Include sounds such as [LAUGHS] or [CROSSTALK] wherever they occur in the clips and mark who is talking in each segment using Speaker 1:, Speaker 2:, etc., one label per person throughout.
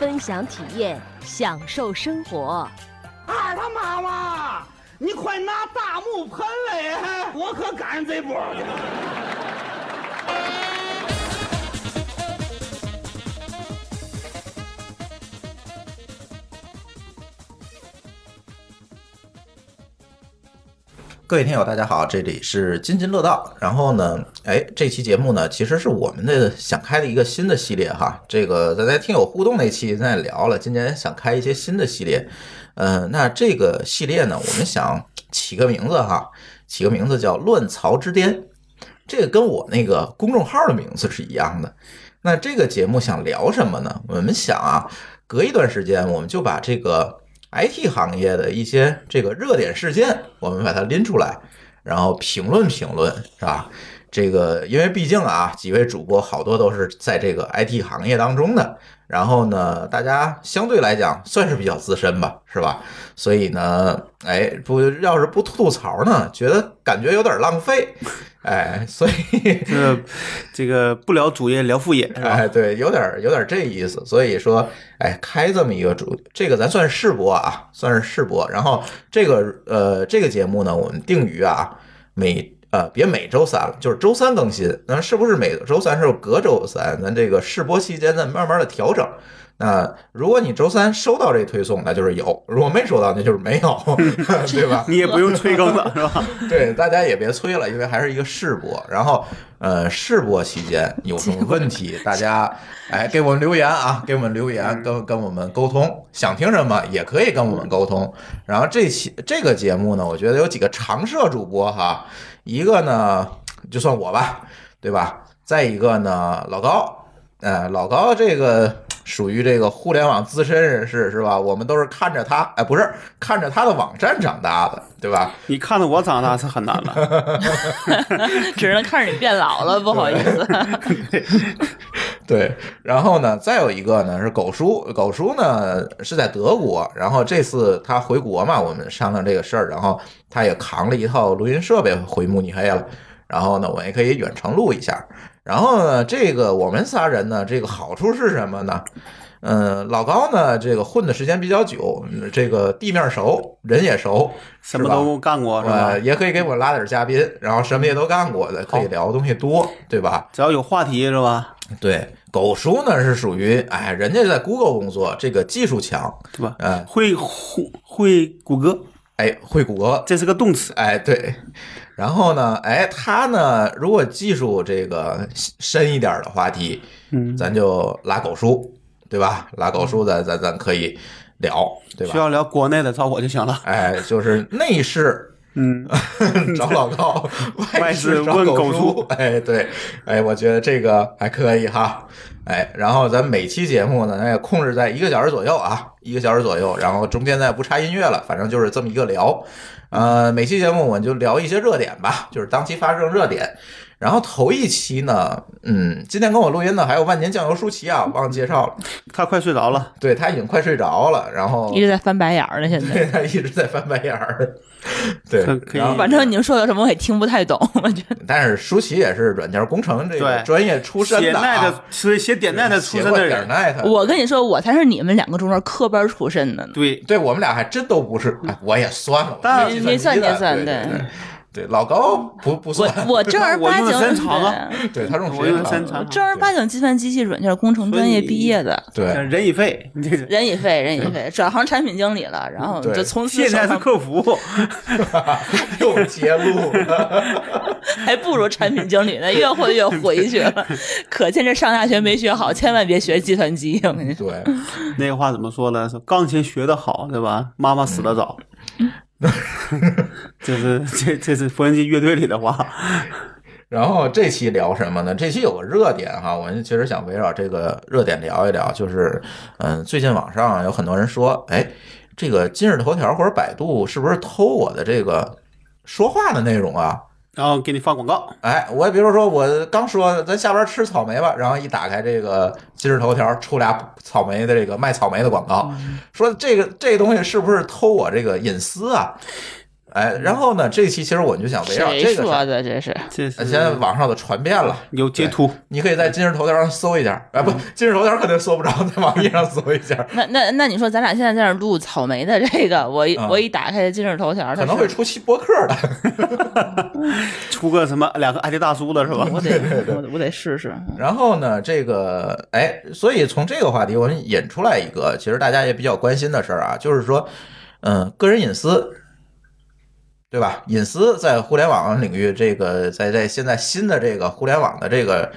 Speaker 1: 分享体验，享受生活。
Speaker 2: 二他妈妈，你快拿大木盆来，我可赶上这波了。
Speaker 3: 各位听友，大家好，这里是津津乐道。然后呢，哎，这期节目呢，其实是我们的想开的一个新的系列哈。这个咱在听友互动那期咱也聊了，今年想开一些新的系列。嗯、呃，那这个系列呢，我们想起个名字哈，起个名字叫“乱曹之巅”，这个跟我那个公众号的名字是一样的。那这个节目想聊什么呢？我们想啊，隔一段时间我们就把这个。IT 行业的一些这个热点事件，我们把它拎出来，然后评论评论，是吧？这个因为毕竟啊，几位主播好多都是在这个 IT 行业当中的，然后呢，大家相对来讲算是比较资深吧，是吧？所以呢，哎，不要是不吐槽呢，觉得感觉有点浪费，哎，所以
Speaker 4: 呃，这个不聊主业聊副业，
Speaker 3: 哎，对，有点有点这意思。所以说，哎，开这么一个主，这个咱算试播啊，算是试播。然后这个呃，这个节目呢，我们定于啊每。呃，别每周三了，就是周三更新。那是不是每周三是隔周三？咱这个试播期间再慢慢的调整。那如果你周三收到这推送，那就是有；如果没收到，那就是没有， [LAUGHS] 对吧？
Speaker 4: 你也不用催更了，是吧？
Speaker 3: 对，大家也别催了，因为还是一个试播。然后，呃，试播期间有什么问题，大家哎给我们留言啊，给我们留言，跟跟我们沟通，想听什么也可以跟我们沟通。然后这期这个节目呢，我觉得有几个常设主播哈。一个呢，就算我吧，对吧？再一个呢，老高，呃，老高这个属于这个互联网资深人士是吧？我们都是看着他，哎，不是看着他的网站长大的，对吧？
Speaker 4: 你看着
Speaker 3: [LAUGHS]
Speaker 4: 我长大是很难了，
Speaker 5: [LAUGHS] 只能看着你变老了，不好意思。
Speaker 3: 对,对，然后呢，再有一个呢是狗叔，狗叔呢是在德国，然后这次他回国嘛，我们商量这个事儿，然后。他也扛了一套录音设备回慕尼黑了，然后呢，我也可以远程录一下。然后呢，这个我们仨人呢，这个好处是什么呢？嗯，老高呢，这个混的时间比较久，这个地面熟，人也熟，
Speaker 4: 什么都干过，是吧？
Speaker 3: 呃、也可以给我拉点嘉宾，然后什么也都干过的，可以聊的东西多，对吧？
Speaker 4: 只要有话题，是吧？
Speaker 3: 对。狗叔呢是属于哎，人家在 Google 工作，这个技术强，
Speaker 4: 对吧？
Speaker 3: 嗯、呃，
Speaker 4: 会会会谷歌。
Speaker 3: 哎，会谷歌，
Speaker 4: 这是个动词。
Speaker 3: 哎，对。然后呢，哎，他呢，如果技术这个深一点的话题，
Speaker 4: 嗯，
Speaker 3: 咱就拉狗叔，对吧？拉狗叔咱，咱咱咱可以聊，对吧？
Speaker 4: 需要聊国内的，找我就行了。
Speaker 3: 哎，就是内饰， [LAUGHS]
Speaker 4: 嗯，
Speaker 3: 找老
Speaker 4: [LAUGHS]
Speaker 3: 高；
Speaker 4: 外
Speaker 3: 事
Speaker 4: 问
Speaker 3: 狗
Speaker 4: 叔。
Speaker 3: 哎，对，哎，我觉得这个还可以哈。哎，然后咱每期节目呢，哎，控制在一个小时左右啊，一个小时左右，然后中间再不插音乐了，反正就是这么一个聊。呃，每期节目我们就聊一些热点吧，就是当期发生热点。然后头一期呢，嗯，今天跟我录音的还有万年酱油舒淇啊，我忘介绍了，
Speaker 4: 他快睡着了，
Speaker 3: 对他已经快睡着了，然后
Speaker 5: 一直在翻白眼儿呢，现在 [LAUGHS]
Speaker 3: 对 [LAUGHS] 他一直在翻白眼儿， [LAUGHS] 对，然后
Speaker 5: 反正你们说的什么我也听不太懂，我觉得。
Speaker 3: 但是舒淇也是软件工程这个专业出身
Speaker 4: 的、
Speaker 3: 啊，
Speaker 4: 的所以写点奈的出身的人，
Speaker 5: 我跟你说，我才是你们两个中间科班出身的呢，
Speaker 4: 对，
Speaker 3: 对我们俩还真都不是，
Speaker 4: 嗯
Speaker 3: 哎、我也算了，
Speaker 4: 但
Speaker 5: 没算
Speaker 3: 也
Speaker 5: 算
Speaker 3: 对。对对对，老高不不算，
Speaker 5: 我我正儿八经
Speaker 4: 身长啊，
Speaker 3: 对他用
Speaker 4: 我用身长，
Speaker 5: 正儿八经计算机器软件工程专业毕业的，
Speaker 3: 对， [LAUGHS]
Speaker 4: 人以废，
Speaker 5: 人以废，人以废，转行产品经理了，然后就从此
Speaker 4: 现在是客服，
Speaker 3: 又揭露，
Speaker 5: 还不如产品经理呢，越混越回去了， [LAUGHS] 可见这上大学没学好，千万别学计算机，我跟你
Speaker 3: 说，对，
Speaker 4: [LAUGHS] 那个话怎么说呢？钢琴学得好，对吧？妈妈死得早。
Speaker 3: 嗯
Speaker 4: [LAUGHS] 这是这这是缝纫机乐队里的话，
Speaker 3: 然后这期聊什么呢？这期有个热点哈，我们其实想围绕这个热点聊一聊，就是嗯，最近网上有很多人说，哎，这个今日头条或者百度是不是偷我的这个说话的内容啊？
Speaker 4: 然后给你发广告，
Speaker 3: 哎，我比如说我刚说咱下班吃草莓吧，然后一打开这个今日头条出俩草莓的这个卖草莓的广告，
Speaker 5: 嗯
Speaker 3: 说这个这东西是不是偷我这个隐私啊？哎，然后呢，这期其实我们就想围绕
Speaker 5: 谁
Speaker 3: 这个事
Speaker 5: 说
Speaker 3: 儿，
Speaker 5: 的嗯这是？
Speaker 4: 这
Speaker 3: 呃
Speaker 4: 是
Speaker 3: 现在网上都传遍了，
Speaker 4: 有截图，
Speaker 3: 你可以在今日头条上搜一下，哎，
Speaker 5: 嗯
Speaker 3: 不，今日头条肯定搜不着，在网易上搜一下，
Speaker 5: [LAUGHS] 那那那你说咱俩现在在那儿录草莓的这个，我一、
Speaker 4: 啊
Speaker 3: 嗯
Speaker 5: 我一打开今日头条，
Speaker 3: 可能会出期播客的。
Speaker 4: 出个什么两个爱迪大叔的是吧
Speaker 5: 它是，？
Speaker 3: 嗯
Speaker 5: 我得我得我得试试。
Speaker 3: 然后呢，这个哎，所以从这个话题，我们引出来一个，其实大家也比较关心的事儿啊，就是说，嗯、个人隐私，对吧？隐私在互联网领域，这个在在现在新的这个互联网的这个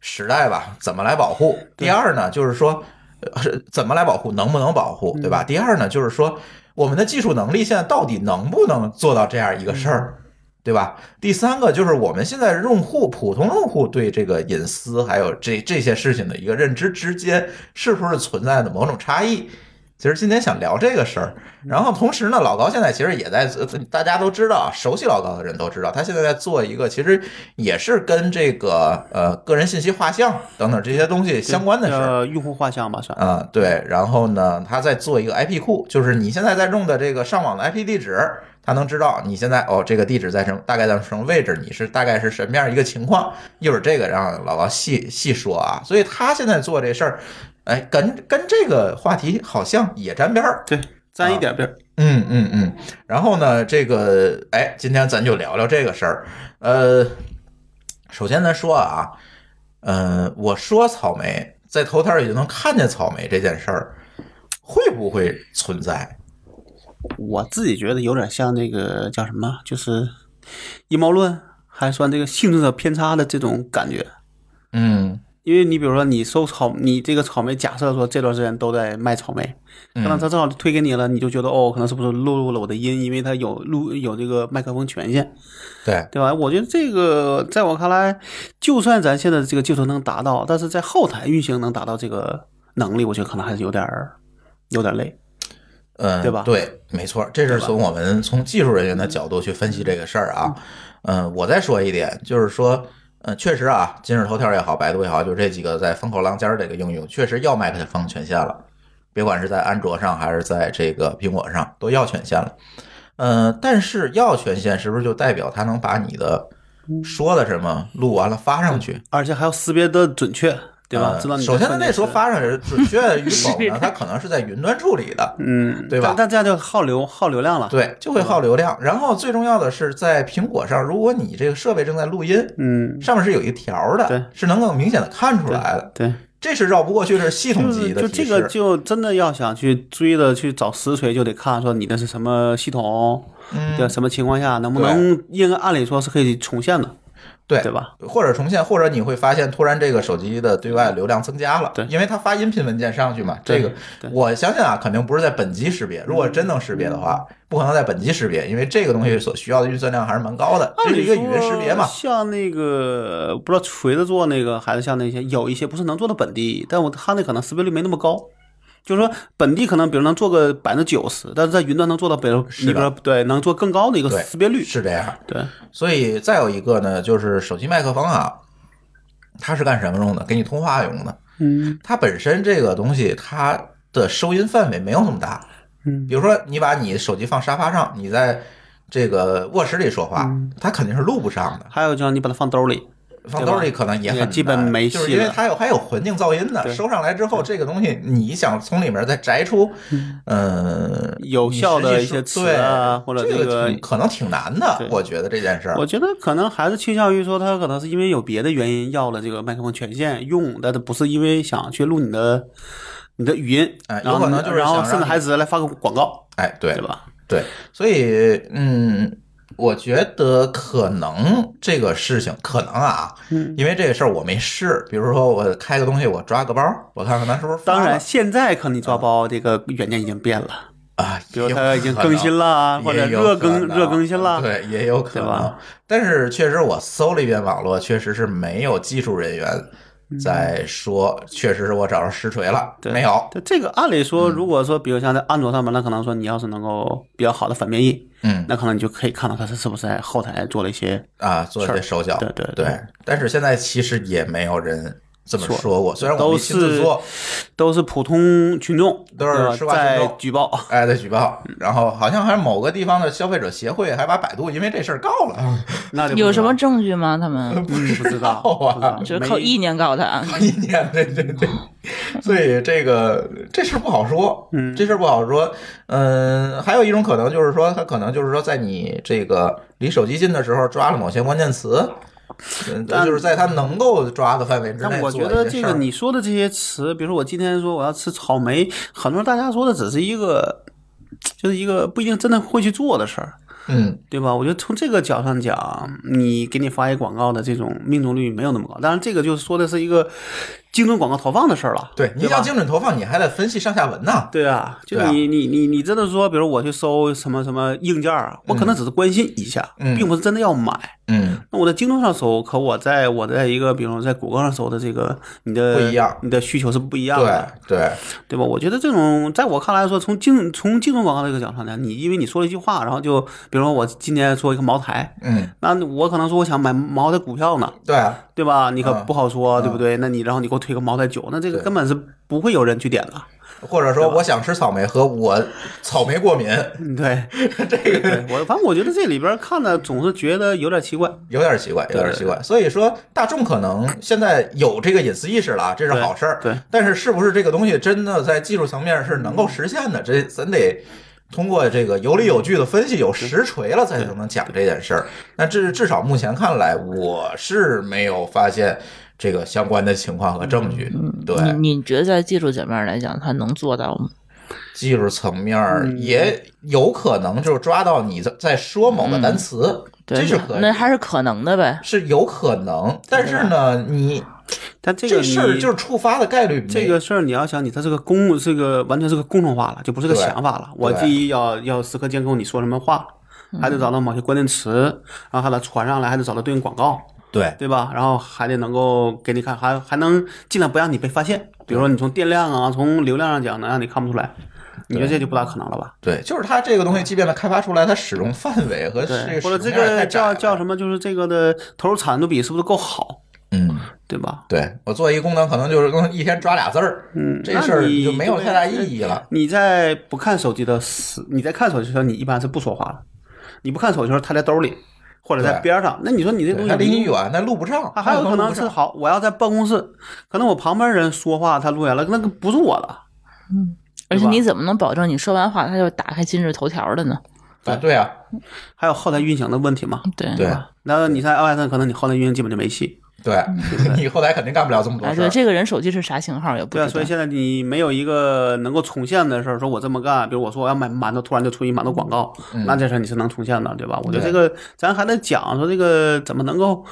Speaker 3: 时代吧，怎么来保护？第二呢，就是说，呃是怎么来保护，能不能保护，对吧？第二呢，就是说，我们的技术能力现在到底能不能做到这样一个事儿？对吧？第三个就是我们现在用户普通用户对这个隐私还有这这些事情的一个认知之间是不是存在的某种差异？其实今天想聊这个事儿，然后同时呢，老高现在其实也在，呃大家都知道，熟悉老高的人都知道，他现在在做一个其实也是跟这个呃个人信息画像等等这些东西相关的事儿。
Speaker 4: 呃，用户画像吧算，
Speaker 3: 啊、对，然后呢，它再做一个 IP 库，就是你现在在用的这个上网的 IP 地址，它能知道你现在哦这个地址在什么大概在什么位置，你是大概是什么样一个情况。一会儿这个让老高细细说啊，所以他现在做这事儿，哎，跟跟这个话题好像也沾边儿。
Speaker 4: 对，沾一点边儿。
Speaker 3: 嗯嗯嗯，然后呢，这个哎，今天咱就聊聊这个事儿。呃，首先咱说啊，呃，我说草莓在头条也就能看见草莓这件事儿，会不会存在？
Speaker 4: 我自己觉得有点像那个叫什么，就是阴谋论，还算这个幸存者偏差的这种感觉。
Speaker 3: 嗯
Speaker 4: 因为你比如说，你收草，你这个草莓，假设说这段时间都在卖草莓，
Speaker 3: 嗯
Speaker 4: 那么他正好推给你了，你就觉得哦，可能是不是录入了我的音，因为他有录有这个麦克风权限，
Speaker 3: 对，
Speaker 4: 对吧？我觉得这个在我看来，就算咱现在这个技术能达到，但是在后台运行能达到这个能力，我觉得可能还是有点儿有点累。
Speaker 3: 嗯，
Speaker 4: 对吧
Speaker 3: 对，没错，这是从我们从技术人员的角度去分析这个事儿啊。嗯，我再说一点，就是说，嗯，确实啊，今日头条也好，百度也好，就这几个在风口浪尖儿这个应用，确实要麦克风权限了，别管是在安卓上还是在这个苹果上，都要权限了。嗯，但是要权限是不是就代表它能把你的说的什么录完了发上去？
Speaker 4: 而且还要识别的准确，嗯对吧？
Speaker 3: 呃
Speaker 4: 知道你在
Speaker 3: 首先，它
Speaker 4: 说哪
Speaker 3: 那时候
Speaker 4: 些
Speaker 3: 发上去准确
Speaker 4: [LAUGHS]
Speaker 3: 与否
Speaker 5: 是
Speaker 3: 呢？它可能是在云端处理的，
Speaker 4: 嗯，
Speaker 3: 对吧
Speaker 4: 但但这样就耗流耗流量了。，
Speaker 3: 对，啊就会耗流量。然后最重要的是，在苹果上，如果你这个设备正在录音，
Speaker 4: 嗯，
Speaker 3: 上面是有一条儿
Speaker 4: 对
Speaker 3: 的，是能够明显的看出来的。
Speaker 4: 对，
Speaker 3: 这是绕不过去，这是系统级的
Speaker 4: 就就
Speaker 3: 提
Speaker 4: 这
Speaker 3: 示。
Speaker 4: 个就真的要想去追的去找实锤，就得看说你的是什么系统，
Speaker 3: 嗯
Speaker 4: 对吧，什么情况下能不能应该按理说是可以重现的，
Speaker 3: 对
Speaker 4: 对吧？
Speaker 3: 或者重现，或者你会发现突然这个手机的对外流量增加了，
Speaker 4: 对
Speaker 3: 因为它发音频文件上去嘛。
Speaker 4: 对
Speaker 3: 这个
Speaker 4: 对
Speaker 3: 我相信啊，肯定不是在本机识别。如果真能识别的话，
Speaker 4: 嗯
Speaker 3: 不可能在本机识别，因为这个东西所需要的运算量还是蛮高的。这是一个语音识别嘛
Speaker 4: 哦按理说？像那个不知道锤子做那个，还是像那些有一些不是能做到本地，但我它那可能识别率没那么高。就是说，本地可能比如能做个百分之九十，但是在云端能做到，比如
Speaker 3: 是
Speaker 4: 你
Speaker 3: 的
Speaker 4: 比如说对，能做更高的一个
Speaker 3: 对
Speaker 4: 识别率，
Speaker 3: 是这样。
Speaker 4: 对，
Speaker 3: 所以再有一个呢，就是手机麦克风啊，它是干什么用的？给你通话用的。
Speaker 4: 嗯
Speaker 3: 它本身这个东西，它的收音范围没有那么大。
Speaker 4: 嗯
Speaker 3: 比如说，你把你手机放沙发上，你在这个卧室里说话，它肯定是录不上的。
Speaker 4: 还有就是你把它放兜里，
Speaker 3: 放兜里可能也很难
Speaker 4: 也基本没戏
Speaker 3: 就
Speaker 4: 了
Speaker 3: 是因为它有还有环境噪音呢。
Speaker 4: 对
Speaker 3: 收上来之后，这个东西你想从里面再摘出，嗯，
Speaker 4: 有效的一些
Speaker 3: 你实际说
Speaker 4: 词啊
Speaker 3: 对
Speaker 4: 或者
Speaker 3: 这
Speaker 4: 这个
Speaker 3: 挺可能挺难的
Speaker 4: 对。
Speaker 3: 我觉得这件事儿，
Speaker 4: 我觉得可能还是倾向于说，他可能是因为有别的原因要了这个麦克风权限用，但是不是因为想去录你的你的语音，
Speaker 3: 哎
Speaker 4: 然后
Speaker 3: 有可能就是
Speaker 4: 然后
Speaker 3: 想让
Speaker 4: 甚至
Speaker 3: 你
Speaker 4: 还直接来发个广告，
Speaker 3: 哎，对
Speaker 4: 对吧？
Speaker 3: 对，所以嗯，我觉得可能这个事情可能啊，
Speaker 4: 嗯
Speaker 3: 因为这个事儿我没试。比如说我开个东西，我抓个包，我看看它是不是发
Speaker 4: 当
Speaker 3: 了
Speaker 4: 然，现在可能你抓包这个软件已经变了，
Speaker 3: 啊，
Speaker 4: 比如
Speaker 3: 也有
Speaker 4: 它已经
Speaker 3: 可能
Speaker 4: 更新了啊，或者
Speaker 3: 也有
Speaker 4: 热
Speaker 3: 可
Speaker 4: 更
Speaker 3: 能
Speaker 4: 热更新了，
Speaker 3: 对，也有可
Speaker 4: 对
Speaker 3: 能
Speaker 4: 吧。
Speaker 3: 但是确实，我搜了一遍网络，确实是没有技术人员在说，确实是我找着实锤了，
Speaker 4: 嗯对
Speaker 3: 没有。嗯
Speaker 4: 对这个，按理说，如果说，比如像在安卓上面，那可能说你要是能够比较好的反编译，
Speaker 3: 嗯
Speaker 4: 那可能你就可以看到它是是不是在后台做了一些
Speaker 3: 啊，做
Speaker 4: 事
Speaker 3: 些
Speaker 4: 儿
Speaker 3: 手脚，
Speaker 4: 对对
Speaker 3: 对
Speaker 4: 对
Speaker 3: 但是现在其实也没有人这么
Speaker 4: 说
Speaker 3: 说过，虽然我
Speaker 4: 都
Speaker 3: 们亲自
Speaker 4: 是
Speaker 3: 做，
Speaker 4: 都是普通群众，
Speaker 3: 都是
Speaker 4: 对吧
Speaker 3: 吃瓜群
Speaker 4: 在
Speaker 3: 众
Speaker 4: 举
Speaker 3: [LAUGHS]
Speaker 4: 报。
Speaker 3: 哎，在举报，然后好像还某个地方的消费者协会还把百度因为这事儿告了，
Speaker 4: 那就不知道
Speaker 5: 有什么证据吗？他们
Speaker 4: 嗯不知道
Speaker 3: [LAUGHS] 啊
Speaker 4: 不知道
Speaker 5: 就是
Speaker 4: 没
Speaker 5: 靠意念告
Speaker 3: [LAUGHS]
Speaker 5: 他，啊
Speaker 3: 一年，对对对，所以这个这事儿不好说，
Speaker 4: 嗯
Speaker 3: 这事儿不好说，嗯，还有一种可能就是说，他可能就是说，在你这个离手机近的时候抓了某些关键词，嗯
Speaker 4: 但
Speaker 3: 就是在他能够抓的范围之内
Speaker 4: 但
Speaker 3: 做
Speaker 4: 我
Speaker 3: 一些
Speaker 4: 觉得这
Speaker 3: 事
Speaker 4: 个
Speaker 3: 儿
Speaker 4: 你说的这些词，比如说我今天说我要吃草莓，很多人大家说的只是一个，就是一个不一定真的会去做的事儿，
Speaker 3: 嗯
Speaker 4: 对吧？我觉得从这个角上讲，你给你发一广告的这种命中率没有那么高。当然，这个就是说的是一个精准广告投放的事儿了。
Speaker 3: 对，你
Speaker 4: 吧
Speaker 3: 想精准投放，你还得分析上下文呢。
Speaker 4: 对啊，就
Speaker 3: 对啊
Speaker 4: 你、你你你真的说，比如我去搜什么什么硬件儿，我可能只是关心一下，
Speaker 3: 嗯
Speaker 4: 并不是真的要买。
Speaker 3: 嗯，
Speaker 4: 那我在京东上搜，可我在我在一个，比如在谷歌上搜的这个，你的
Speaker 3: 不一样
Speaker 4: 你的需求是不一样
Speaker 3: 对
Speaker 4: 的，
Speaker 3: 对，
Speaker 4: 对吧？我觉得这种，在我看来说，从竞从竞争广告这个角上呢，你因为你说了一句话，然后就比如说我今天说一个茅台，
Speaker 3: 嗯，
Speaker 4: 那我可能说我想买茅台股票呢，
Speaker 3: 对啊，
Speaker 4: 对吧？你可
Speaker 3: 嗯
Speaker 4: 不好说，对不对？那你然后你给我推个茅台酒，那这个
Speaker 3: 对
Speaker 4: 根本是不会有人去点的。 [LAUGHS]
Speaker 3: 或者说我想吃草莓和我草莓过敏，[LAUGHS]
Speaker 4: 嗯，对，这个我反正我觉得这里边看的总是觉得有点奇怪，
Speaker 3: 有点奇怪，有点奇怪。所以说，大众可能现在有这个隐私意识了啊，这是好事儿。
Speaker 4: 对对
Speaker 3: 但是是不是这个东西真的在技术层面是能够实现的？这咱得。通过这个有理有据的分析，有实锤了，才能讲这件事儿。那至至少目前看来，我是没有发现这个相关的情况和证据。
Speaker 4: 嗯
Speaker 3: 对，
Speaker 5: 嗯你你觉得在技术层面来讲，他能做到吗？
Speaker 3: 技术层面儿
Speaker 5: 嗯
Speaker 3: 也有可能就是抓到你在在说某个单词，
Speaker 5: 嗯对
Speaker 3: 这是可
Speaker 5: 那还是可能的呗。
Speaker 3: 是有可能，但是呢，你
Speaker 4: 但这个
Speaker 3: 这事儿
Speaker 4: 你
Speaker 3: 就是触发的概率没
Speaker 4: 这个事儿，你要想你它这个公这个完全是个公众化了，就不是个
Speaker 3: 对
Speaker 4: 想法了。我
Speaker 3: 对嗯
Speaker 4: 第一要要时刻监控你说什么话，还得找到某些关键词，然后还得传上来，还得找到对应广告，
Speaker 3: 对
Speaker 4: 对吧？然后还得能够给你看，还还能尽量不让你被发现。比如说你从电量啊，从流量上讲，能让你看不出来，你觉得这就不大可能了吧？
Speaker 3: 对，就是它这个东西，即便它开发出来，它使用范围和这
Speaker 4: 对，
Speaker 3: 个
Speaker 4: 或者
Speaker 3: 使
Speaker 4: 这
Speaker 3: 用面儿
Speaker 4: 个
Speaker 3: 太窄
Speaker 4: 叫
Speaker 3: 了
Speaker 4: 叫什么，就是这个的投入产出比是不是够好，
Speaker 3: 嗯，
Speaker 4: 对吧？
Speaker 3: 对我做一功能，可能就是更一天抓俩字儿，
Speaker 4: 嗯，
Speaker 3: 这
Speaker 4: 那
Speaker 3: 事儿
Speaker 4: 你
Speaker 3: 就没有
Speaker 4: 对
Speaker 3: 太大意义了。
Speaker 4: 你在不看手机的时，你在看手机的时候，你一般是不说话的。你不看手机的时候，他在兜里或者在
Speaker 3: 对
Speaker 4: 边上。那你说你这
Speaker 3: 对
Speaker 4: 东西
Speaker 3: 它离你，远，它录不上，
Speaker 4: 啊，还有可
Speaker 3: 录
Speaker 4: 能
Speaker 3: 不
Speaker 4: 是
Speaker 3: 上
Speaker 4: 好，我要在办公室，可能我旁边人说话他录下来，那个不是我的。
Speaker 5: 而
Speaker 4: 对
Speaker 5: 且
Speaker 4: 吧
Speaker 5: 你怎么能保证你说完话他就打开今日头条了呢？
Speaker 3: 啊，对啊，
Speaker 4: 还有后台运行的问题嘛？
Speaker 5: 对
Speaker 3: 对
Speaker 4: 那你在 iOS 上可能你后台运行基本就没戏。 [LAUGHS]
Speaker 3: 对，你后台肯定干不了这么多
Speaker 5: 哎，
Speaker 3: 事
Speaker 5: 对，
Speaker 3: 儿。
Speaker 5: 这个人手机是啥型号也不
Speaker 4: 对
Speaker 5: 知
Speaker 4: 啊，
Speaker 5: 道。
Speaker 4: 所以现在你没有一个能够重现的事儿，说我这么干，比如我说我要买馒头，突然就出一馒头广告，那这事儿你是能重现的，对吧？我觉得
Speaker 3: 嗯对
Speaker 4: 这个咱还得讲说这个怎么能够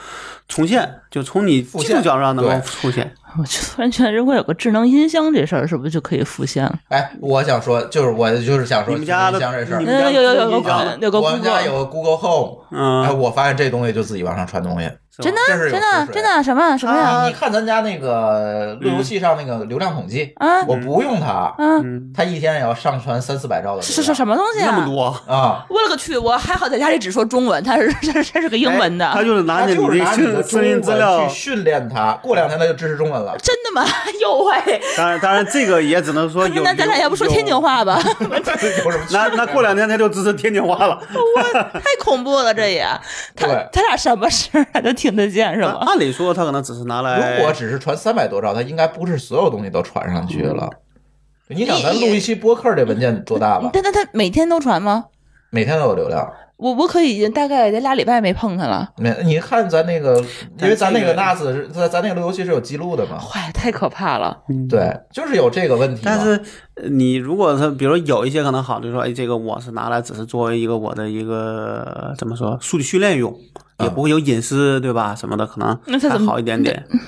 Speaker 4: 重现，就从你技术角度上能够
Speaker 3: 对
Speaker 4: 重现。
Speaker 5: 我就突然觉得，如果有个智能音箱这事儿，是不是就可以复现了？
Speaker 3: 哎，我想说，就是我就是想说，
Speaker 4: 你们家的
Speaker 3: 音箱这事
Speaker 4: 你
Speaker 3: 儿
Speaker 4: 们，家
Speaker 5: 嗯，有有有
Speaker 4: 智能
Speaker 5: 有
Speaker 4: 音箱
Speaker 5: 个有个
Speaker 3: 我们
Speaker 5: Google，
Speaker 3: 家有个 Google Home，
Speaker 4: 嗯
Speaker 3: 哎，我发现这东西就自己往上传东西。
Speaker 4: 是吧
Speaker 5: 真的啊
Speaker 3: 这是有
Speaker 5: 真
Speaker 3: 实
Speaker 5: 的
Speaker 3: 锤
Speaker 5: 真的什么什么
Speaker 4: 啊
Speaker 5: 呀？
Speaker 3: 你你看咱家那个路由器上那个流量统计，
Speaker 5: 啊
Speaker 3: 我不用它，
Speaker 5: 啊，
Speaker 3: 它一天也要上传三四百兆的流量。
Speaker 5: 是是什么东西
Speaker 4: 嗯那
Speaker 5: 啊？
Speaker 4: 么多，
Speaker 3: 啊？
Speaker 5: 我勒个去！我还好在家里只说中文，它是 [LAUGHS] 这这是个英文
Speaker 4: 哎他
Speaker 5: 的，
Speaker 4: 就是拿
Speaker 3: 它
Speaker 4: 着
Speaker 3: 就是
Speaker 4: 你
Speaker 3: 拿
Speaker 4: 的
Speaker 3: 你的
Speaker 4: 声
Speaker 3: 中
Speaker 4: 声音资
Speaker 3: 文
Speaker 4: 料
Speaker 3: 去。训练它，过两天它就支持中文了。
Speaker 5: 真的吗？ [LAUGHS] 哎呦喂！
Speaker 4: 当然，当然，这个也只能说有。
Speaker 5: [LAUGHS] 那咱俩
Speaker 4: 有
Speaker 5: 要不说天津？
Speaker 4: [LAUGHS]
Speaker 5: 话吧？
Speaker 3: 有什么区别？
Speaker 4: 那那过两天他就支持天津
Speaker 3: [LAUGHS]
Speaker 4: 话了。
Speaker 5: 太恐怖了，这也他
Speaker 3: 对
Speaker 5: 他俩什么声儿啊他都听得见是
Speaker 4: 按
Speaker 5: 吗？
Speaker 4: 按理说，他可能只是拿来。
Speaker 3: 如果只是传三百多兆，它应该不是所有东西都传上去了。你想，咱录一期播客这文件多大吧？
Speaker 5: 哦但但他每天都传吗？
Speaker 3: 每天都有流量。
Speaker 5: 我我可以大概得俩礼拜没碰他了，
Speaker 3: 没，你看咱那个，因为咱那个
Speaker 4: 但
Speaker 3: NAS 是咱咱那个路由器是有记录的嘛？
Speaker 5: 坏，太可怕了。
Speaker 3: 对，就是有这个问题嘛。
Speaker 4: 但是呃你如果是比如说有一些可能好，就是说哎，这个我是拿来只是作为一个我的一个呃怎么说数据训练用，也不会有隐私，对吧？什么的可能
Speaker 5: 嗯那它
Speaker 4: 还
Speaker 5: 怎么
Speaker 4: 好一点点。因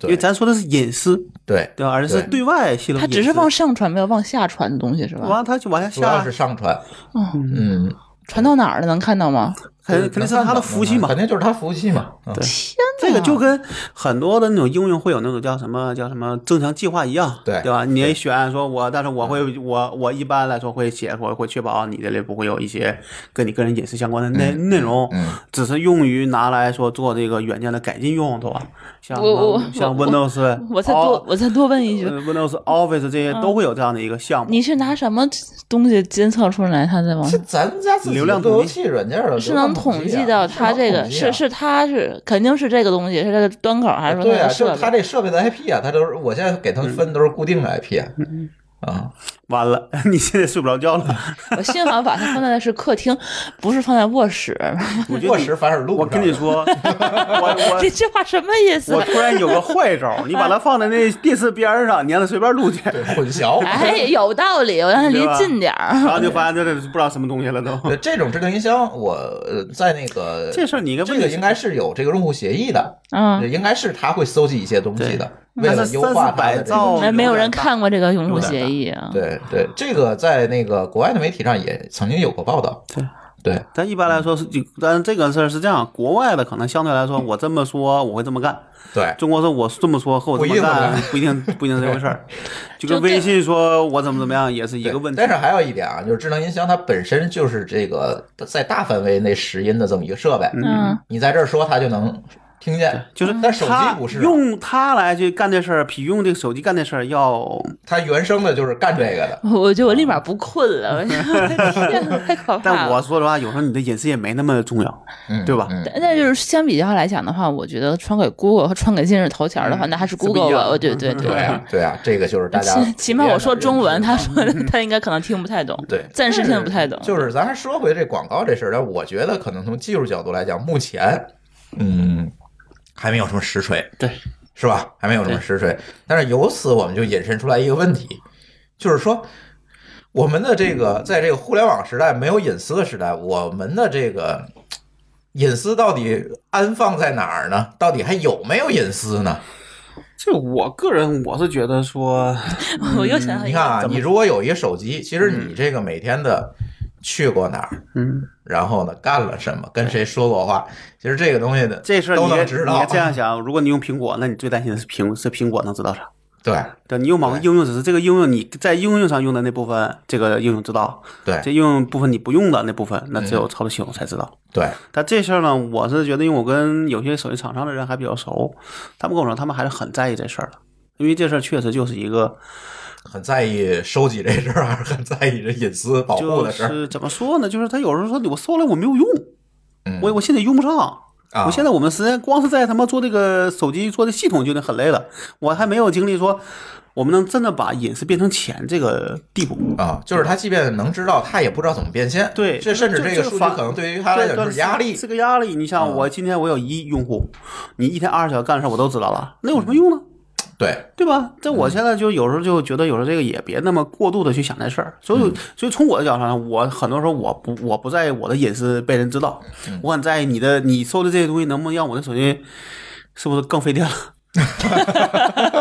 Speaker 3: 对
Speaker 4: 为咱说的是隐私，
Speaker 3: 对，
Speaker 4: 对吧？而是对外泄露
Speaker 5: 它
Speaker 4: 隐私，
Speaker 5: 只是往上传，没有往下传的东西是吧？
Speaker 4: 完，他就往下
Speaker 3: 主要是
Speaker 4: 下，
Speaker 3: 上传，
Speaker 5: 哦
Speaker 3: 嗯，
Speaker 5: 传到哪儿了？能看到吗？
Speaker 4: 肯肯定是他的服务器嘛
Speaker 3: 嗯肯。定就是他服务器嘛，嗯
Speaker 5: 天哪，
Speaker 4: 这个就跟很多的那种应用会有那种叫什么叫什么增强计划一样，
Speaker 3: 对嗯
Speaker 4: 对吧？你也选说我，但是我会我我一般来说会写我会确保你这里不会有一些跟你个人隐私相关的内、内容，
Speaker 3: 嗯
Speaker 4: 只是用于拿来说做这个软件的改进用，对吧？像
Speaker 5: 我我
Speaker 4: 像
Speaker 5: 我
Speaker 4: Windows，
Speaker 5: 我再
Speaker 4: All-
Speaker 5: 多我再多问一句，
Speaker 4: 呃 Windows Office 这些都会有这样的一个项目。
Speaker 5: 你是拿什么东西监测出来它在往
Speaker 3: 是
Speaker 5: 上？
Speaker 3: 咱们家自己
Speaker 4: 流量
Speaker 3: 的
Speaker 4: 统
Speaker 3: 路由
Speaker 4: 计
Speaker 3: 器软件的，
Speaker 5: 是能统
Speaker 3: 啊
Speaker 5: 计到它这个是是它是肯定是这个东西是它的端口还是说
Speaker 3: 对
Speaker 5: 它
Speaker 3: 啊，
Speaker 5: 的
Speaker 3: 就
Speaker 5: 设
Speaker 3: 是它
Speaker 5: 备？
Speaker 3: 这设备的 IP 啊，它都是我现在给它分都是固定的 IP 啊，
Speaker 4: 嗯
Speaker 3: 啊，
Speaker 4: 完了， [LAUGHS] 你现在睡不着觉
Speaker 3: [LAUGHS]
Speaker 4: 了。
Speaker 5: 我新房把它放在的是客厅，不是放在卧室。
Speaker 4: 我觉
Speaker 3: 卧
Speaker 4: 得你
Speaker 3: 室反而录不
Speaker 4: 我
Speaker 3: 上
Speaker 4: 跟你说， [LAUGHS] 我
Speaker 5: [LAUGHS] 这这话什么意
Speaker 4: 我 [LAUGHS]
Speaker 5: 思
Speaker 4: 我？突然有个坏招儿，你把它放在那电视边儿上，你让它随便录去，
Speaker 3: 混淆。
Speaker 5: [LAUGHS] 哎，有道理，我让它离
Speaker 4: 对吧
Speaker 5: 近点儿。
Speaker 4: [LAUGHS] 然后就发现这这不知道什么东西了都。
Speaker 3: 对这种智能音箱，我呃在那个
Speaker 4: [LAUGHS] 这事儿你应该问
Speaker 3: 这个
Speaker 4: 一下
Speaker 3: 应该是有这个用户协议的，
Speaker 5: 嗯，
Speaker 3: 应该是他会搜集一些东西的，为
Speaker 4: 但
Speaker 3: 了
Speaker 4: 是
Speaker 3: 优
Speaker 4: 三
Speaker 3: 化
Speaker 4: 四
Speaker 3: 它
Speaker 4: 百
Speaker 3: 的这
Speaker 4: 兆
Speaker 3: 个。
Speaker 5: 没没有人
Speaker 4: 大
Speaker 5: 看过这个用户
Speaker 4: 有点
Speaker 5: 协
Speaker 4: 大
Speaker 5: 议啊。
Speaker 3: 对对，这个在那个国外的媒体上也曾经有过报道。
Speaker 4: 对
Speaker 3: 对，
Speaker 4: 但一般来说是，但是这个事儿是这样，国外的可能相对来说，我这么说我会这么干，
Speaker 3: 对
Speaker 4: 中国说我这么说和我这么干不一定不一定是这回事儿，就跟
Speaker 5: 就这
Speaker 4: 微信说我怎么怎么样也是一
Speaker 3: 对
Speaker 4: 个问题
Speaker 3: 但。是还有一点啊，就是智能音箱它本身就是这个在大范围内拾音的这么一个设备，
Speaker 5: 嗯，
Speaker 3: 你在这儿说它就能听见，
Speaker 4: 就是
Speaker 3: 但手机
Speaker 4: 他
Speaker 3: 不是啊，
Speaker 4: 用它来去干这事儿，比用这个手机干这事儿要
Speaker 3: 它原生的就是干这个的。
Speaker 5: 我觉得我立马不困了，我天 [LAUGHS] 哪，太可怕
Speaker 4: 但
Speaker 5: 了。
Speaker 4: 我说实话，有时候你的隐私也没那么重要，
Speaker 3: 嗯
Speaker 4: 对吧
Speaker 3: 嗯
Speaker 5: 但但就是相比较来讲的话，我觉得传给 Google 和传给今日头条的话，那还是
Speaker 4: 不一
Speaker 5: Google 吧。
Speaker 4: 样
Speaker 5: 我对对
Speaker 3: 对啊，对啊，这个 [LAUGHS] 就是大家
Speaker 5: 起起码我说中文，
Speaker 3: 普遍
Speaker 5: 他
Speaker 3: 的
Speaker 5: 说的他应该可能听不太懂，
Speaker 3: 对
Speaker 5: 暂时听不太懂。
Speaker 3: 就是咱还说回这广告这事儿，但我觉得可能从技术角度来讲，目前嗯还没有什么实锤，
Speaker 4: 对，
Speaker 3: 是吧？还没有什么实锤。但是由此我们就引申出来一个问题，就是说。我们的这个，在这个互联网时代没有隐私的时代，我们的这个隐私到底安放在哪儿呢？到底还有没有隐私呢？
Speaker 4: 这我个人我是觉得说，
Speaker 5: 我 [LAUGHS] 又想到一
Speaker 3: 你
Speaker 5: 个
Speaker 3: 看啊，你如果有一个手机，其实你这个每天的去过哪儿，
Speaker 4: 嗯，
Speaker 3: 然后呢干了什么，跟谁说过话，其实这个东西的
Speaker 4: 这事儿
Speaker 3: 都
Speaker 4: 你也
Speaker 3: 能知
Speaker 4: 你
Speaker 3: 道
Speaker 4: 也。这样想，如果你用苹果，那你最担心的是苹是苹果能知道啥？
Speaker 3: [LAUGHS] 对
Speaker 4: 对，你用某个应用只是这个应用你在应用上用的那部分，这个应用知道；这
Speaker 3: 对嗯
Speaker 4: 应用部分你不用的那部分，那只有操作系统才知道。
Speaker 3: 对，
Speaker 4: 但这事儿呢，我是觉得，因为我跟有些手机厂商的人还比较熟，他们跟我说他们还是很在意这事儿的，因为这事儿确实就是一个
Speaker 3: 很在意收集这事儿， [LAUGHS] 还是很在意这隐私保护
Speaker 4: 就
Speaker 3: 的事儿。
Speaker 4: 是怎么说呢？就是他有时候说我搜来我没有用，
Speaker 3: 嗯
Speaker 4: 我我现在用不上。
Speaker 3: 啊，
Speaker 4: 我现在我们实在光是在他妈做这个手机做这系统就已经很累了，我还没有经历说我们能真的把隐私变成钱这个地步。
Speaker 3: 啊，就是他即便能知道，他也不知道怎么变现。
Speaker 4: 对
Speaker 3: 这甚至
Speaker 4: 这
Speaker 3: 这个
Speaker 4: 这
Speaker 3: 数据
Speaker 4: 反
Speaker 3: 可能对于他来讲
Speaker 4: 对对
Speaker 3: 就是压力啊
Speaker 4: 是。是个压力。你像我今天我有一亿用户，你一天二十小时干的事儿我都知道了，那有什么用呢？
Speaker 3: 对，
Speaker 4: 对吧？这
Speaker 3: 嗯
Speaker 4: 我现在就有时候就觉得，有时候这个也别那么过度的去想这事儿。
Speaker 3: 嗯
Speaker 4: 所以，所以从我的角度上，我很多时候我不我不在意我的隐私被人知道，
Speaker 3: 嗯
Speaker 4: 我很在意你的你搜的这些东西能不能让我的手机是不是更费电了。 [LAUGHS]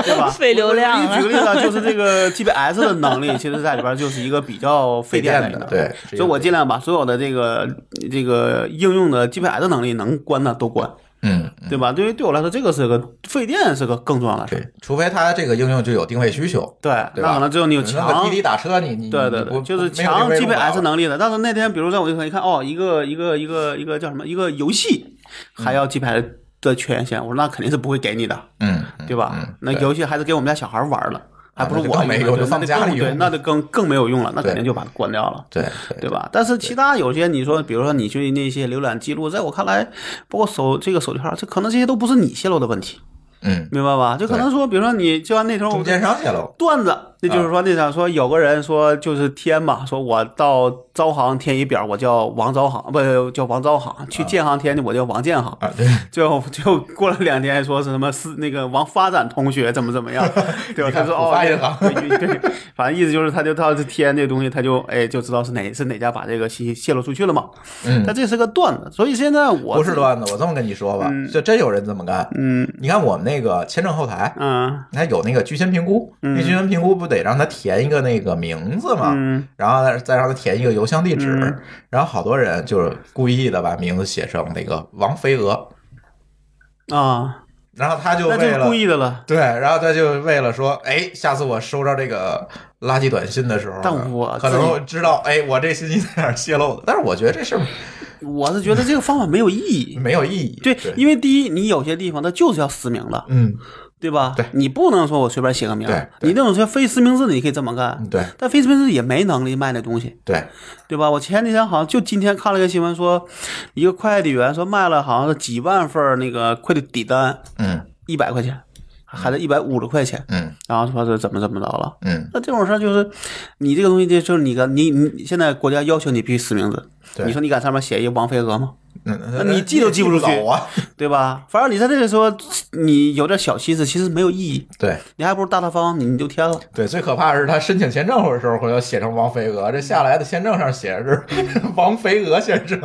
Speaker 4: 对吧？
Speaker 5: 费流量
Speaker 4: 我
Speaker 5: 啊
Speaker 4: 我给你举个例子啊，就是这个 GPS 的能力，其实在里边就是一个比较费电的一个。
Speaker 3: 费电的对
Speaker 4: 所以我尽量把所有的这个这个应用的 GPS 能力能关的都关，
Speaker 3: 嗯，
Speaker 4: 对吧？对于对我来说，这个是个费电，是个更重要的事儿。
Speaker 3: 对，除非他这个应用就有定位需求，
Speaker 4: 对，
Speaker 3: 对吧
Speaker 4: 那可能只有你有
Speaker 3: 可能
Speaker 4: 强
Speaker 3: 滴。滴打车，你你
Speaker 4: 对对
Speaker 3: 你不
Speaker 4: 对，就是
Speaker 3: 没有定
Speaker 4: 强
Speaker 3: 位入不
Speaker 4: GPS
Speaker 3: 了
Speaker 4: 能力的。但是那天，比如在我这上一看，哦，一个一个一个一个叫什么，一个游戏还要 GPS 的权限，我说那肯定是不会给你的，
Speaker 3: 嗯，嗯
Speaker 4: 对吧？
Speaker 3: 嗯啊
Speaker 4: 那游戏还是给我们家小孩玩了，还不
Speaker 3: 那
Speaker 4: 是
Speaker 3: 就
Speaker 4: 我
Speaker 3: 更没
Speaker 4: 用的
Speaker 3: 用
Speaker 4: 对
Speaker 3: 就
Speaker 4: 那
Speaker 3: 放家
Speaker 4: 更
Speaker 3: 里
Speaker 4: 对，
Speaker 3: 用
Speaker 4: 那就更更没有用了，那
Speaker 3: 对
Speaker 4: 肯定就把它关掉了。
Speaker 3: 对对
Speaker 4: 对吧？但是其他有些你说，比如说你去那些浏览记录，在我看来，包括手这个手机号，这可能这些都不是你泄露的问题，
Speaker 3: 嗯，
Speaker 4: 明白吧？就可能说，比如说你就像那头我
Speaker 3: 中间商泄露，
Speaker 4: 段子，那就是
Speaker 3: 啊
Speaker 4: 说那啥，说有个人说就是天嘛，说我到招行填一表，我叫王招行，不叫王招行；去建行填的我叫王建行。
Speaker 3: 啊，对，
Speaker 4: [LAUGHS] 就就过了两天，说是什么是那个王发展同学怎么怎
Speaker 3: [LAUGHS]
Speaker 4: 么样，对吧？
Speaker 3: 你
Speaker 4: 他
Speaker 3: 看
Speaker 4: 说
Speaker 3: 我
Speaker 4: 哦
Speaker 3: 发现了，
Speaker 4: 对对 [LAUGHS] 对，反正意思就是他就他就填这东西，他就哎就知道是哪是哪家把这个信息泄露出去了嘛。
Speaker 3: 嗯
Speaker 4: 但，这是个段子，所以现在我
Speaker 3: 不是段子，我这么跟你说吧，就真有人这么干。
Speaker 4: 嗯
Speaker 3: 你看我们那个签证后台，
Speaker 4: 嗯
Speaker 3: 它有那个居心评估，那居心评估不得让他填一个那个名字吗？
Speaker 4: 嗯
Speaker 3: 然后再让他填一个邮箱地址，
Speaker 4: 嗯
Speaker 3: 然后好多人就是故意的把名字写成那个王飞蛾，
Speaker 4: 啊，
Speaker 3: 然后他就
Speaker 4: 那
Speaker 3: 为
Speaker 4: 就是
Speaker 3: 了
Speaker 4: 故意的了。
Speaker 3: 对，然后他就为了说，哎，下次我收到这个垃圾短信的时候呢，
Speaker 4: 但我
Speaker 3: 可能知道，哎，我这信息在哪儿泄露的，但是我觉得这事儿
Speaker 4: 我是觉得这个方法没有意义。
Speaker 3: 没有意义。
Speaker 4: 对
Speaker 3: 对，，
Speaker 4: 因为第一，你有些地方它就是要实名的，
Speaker 3: 嗯，
Speaker 4: 对吧？
Speaker 3: 对
Speaker 4: 你不能说我随便写个名
Speaker 3: 对
Speaker 4: 儿，
Speaker 3: 对
Speaker 4: 你那种像非实名制的，你可以这么干
Speaker 3: 嗯。对
Speaker 4: 但非实名制也没能力卖那东西，
Speaker 3: 对，
Speaker 4: 对吧？我前几天好像就今天看了个新闻说，一个快递员说卖了好像是几万份儿那个快递底单，
Speaker 3: 嗯
Speaker 4: 一百块钱，还得一百五十块钱，
Speaker 3: 嗯
Speaker 4: 然后说是怎么怎么着了。
Speaker 3: 嗯，
Speaker 4: 那这种事儿就是，你这个东西这就是你个你你现在国家要求你必须实名制，
Speaker 3: 对
Speaker 4: 你说你敢上面写一个王飞蛾吗？
Speaker 3: 那
Speaker 4: 你记都记不
Speaker 3: 不
Speaker 4: 住去
Speaker 3: 走啊。
Speaker 4: 对吧？反正你在这里说你有点小心思，其实没有意义，
Speaker 3: [LAUGHS] 对
Speaker 4: 你还不如大大方方，你你就填了。
Speaker 3: 对，最可怕的是他申请签证的时候，会要写成王飞蛾，这下来的签证上写着 [LAUGHS] 是王飞蛾先生，